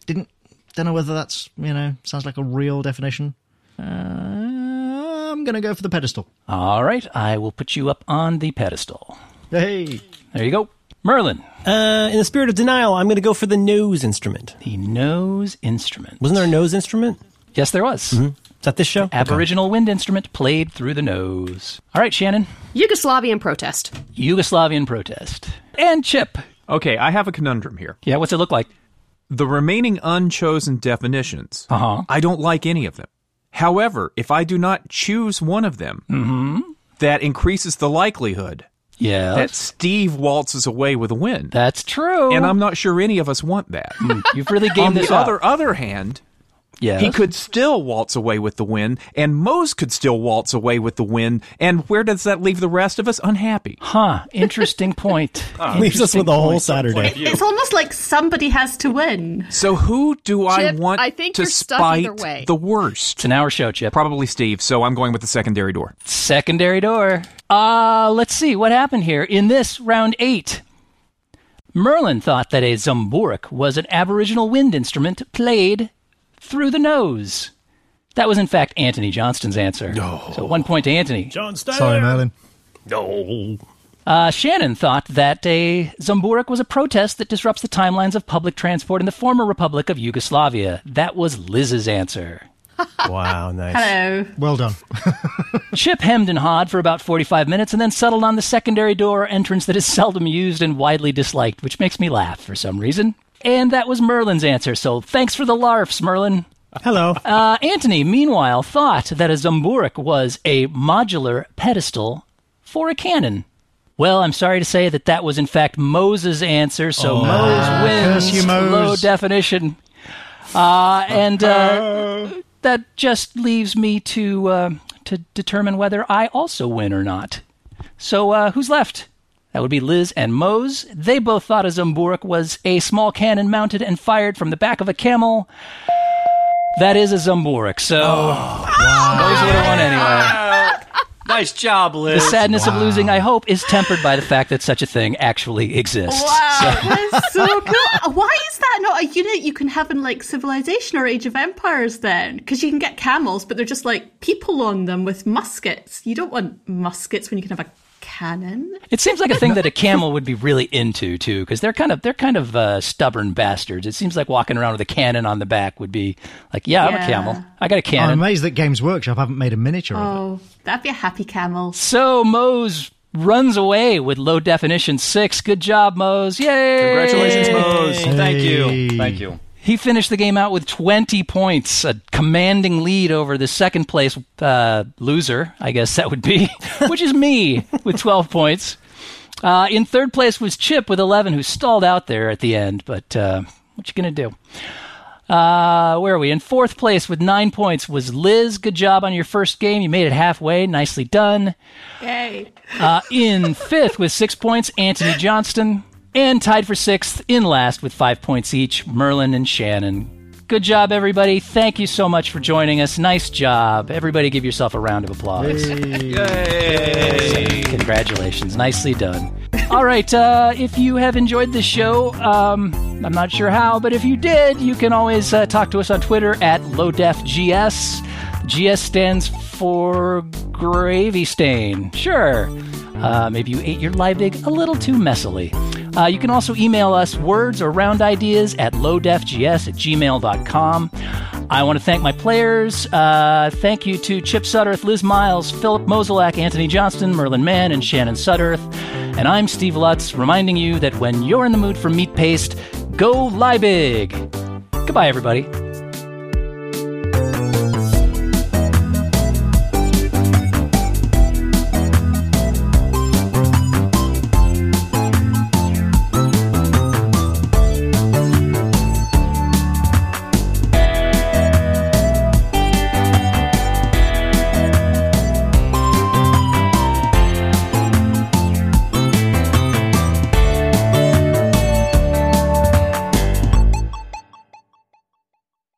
S5: Didn't. Don't know whether that's, you know, sounds like a real definition. Uh, I'm going to go for the pedestal.
S1: All right, I will put you up on the pedestal.
S5: Hey.
S1: There you go. Merlin.
S6: Uh, in the spirit of denial, I'm going to go for the nose instrument.
S1: The nose instrument.
S6: Wasn't there a nose instrument? Hmm?
S1: Yes, there was.
S5: Mm-hmm.
S6: Is that this show?
S1: Aboriginal wind instrument played through the nose. All right, Shannon.
S7: Yugoslavian protest.
S1: Yugoslavian protest. And Chip.
S2: Okay, I have a conundrum here.
S1: Yeah, what's it look like?
S2: The remaining unchosen definitions,
S1: Uh-huh.
S2: I don't like any of them. However, if I do not choose one of them,
S1: Mm-hmm.
S2: that increases the likelihood
S1: Yeah.
S2: that Steve waltzes away with a win.
S1: That's true.
S2: and I'm not sure any of us want that.
S1: You've really
S2: On
S1: gamed
S2: the
S1: Mm. this up.
S2: other other hand,
S1: Yes.
S2: he could still waltz away with the win, and Mose could still waltz away with the win. And where does that leave the rest of us? Unhappy.
S1: Huh. Interesting point.
S6: Leaves us with a whole Saturday.
S3: It's almost like somebody has to win.
S2: So who do I
S7: Chip,
S2: want
S7: I think
S2: to
S7: you're stuck
S2: spite
S7: either way.
S2: the worst?
S1: It's an hour show, Chip.
S2: Probably Steve. So I'm going with the secondary door.
S1: Secondary door. Uh, let's see what happened here. In this round eight, Merlin thought that a zamburic was an Aboriginal wind instrument played through the nose. That was, in fact, Anthony Johnston's answer. So one point to Anthony.
S10: John Steyer.
S5: Sorry, Merlin.
S10: No.
S1: Uh, Shannon thought that a zamburic was a protest that disrupts the timelines of public transport in the former Republic of Yugoslavia. That was Liz's answer.
S6: wow, nice.
S3: Hello.
S5: Well done.
S1: Chip hemmed and hawed for about 45 minutes and then settled on the secondary door entrance that is seldom used and widely disliked, which makes me laugh for some reason. And that was Merlin's answer, so thanks for the larfs, Merlin.
S6: Hello.
S1: Uh, Antony, meanwhile, thought that a Zamburik was a modular pedestal for a cannon. Well, I'm sorry to say that that was in fact Moses' answer, so Mose
S5: Oh, ah, curse
S1: wins
S5: you, Mose.
S1: low definition. Uh, and uh, that just leaves me to uh, to determine whether I also win or not. So uh, who's left? That would be Liz and Mose. They both thought a Zamburik was a small cannon mounted and fired from the back of a camel. That is a Zamburik, so Mose would have won anyway.
S8: Nice job,
S1: The
S8: Liz.
S1: sadness of losing, I hope, is tempered by the fact that such a thing actually exists.
S3: Wow, that's so cool. Uh, Why is that not a unit you can have in like Civilization or Age of Empires then? Because you can get camels, but they're just like people on them with muskets. You don't want muskets when you can have a cannon.
S1: It seems like a thing that a camel would be really into too, because they're kind of they're kind of uh, stubborn bastards. It seems like walking around with a cannon on the back would be like, yeah, I'm a
S3: Yeah.
S1: camel. I got a
S5: I'm
S1: cannon.
S5: amazed that Games Workshop haven't made a miniature of it.
S3: Oh, that'd be a happy camel.
S1: so Mose runs away with low definition six. Good job, Mose! Yay!
S8: Congratulations, Mose. Thank you.
S5: Hey.
S8: Thank you.
S1: He finished the game out with 20 points, a commanding lead over the second place uh, loser, I guess that would be, which is me with 12 points. Uh, in third place was Chip with 11, who stalled out there at the end, but uh, what you gonna do? Uh, where are we? In fourth place with nine points was Liz. Good job on your first game. You made it halfway. Nicely done.
S3: Yay.
S1: Uh, in fifth with six points, Anthony Johnston. And tied for sixth in last with five points each, Merlin and Shannon. Good job, everybody. Thank you so much for joining us. Nice job. Everybody give yourself a round of applause. Congratulations. Nicely done. All right. Uh, if you have enjoyed this show, um, I'm not sure how, but if you did, you can always uh, talk to us on Twitter at LowDefGS. GS stands for gravy stain. Sure. Uh, maybe you ate your live egg a little too messily. Uh, you can also email us words or round ideas at lowdefgs at gmail.com. I want to thank my players. Uh, thank you to Chip Sutterth, Liz Miles, Philip Moselak, Anthony Johnston, Merlin Mann, and Shannon Sutterth. And I'm Steve Lutz, reminding you that when you're in the mood for meat paste, go lie big. Goodbye, everybody.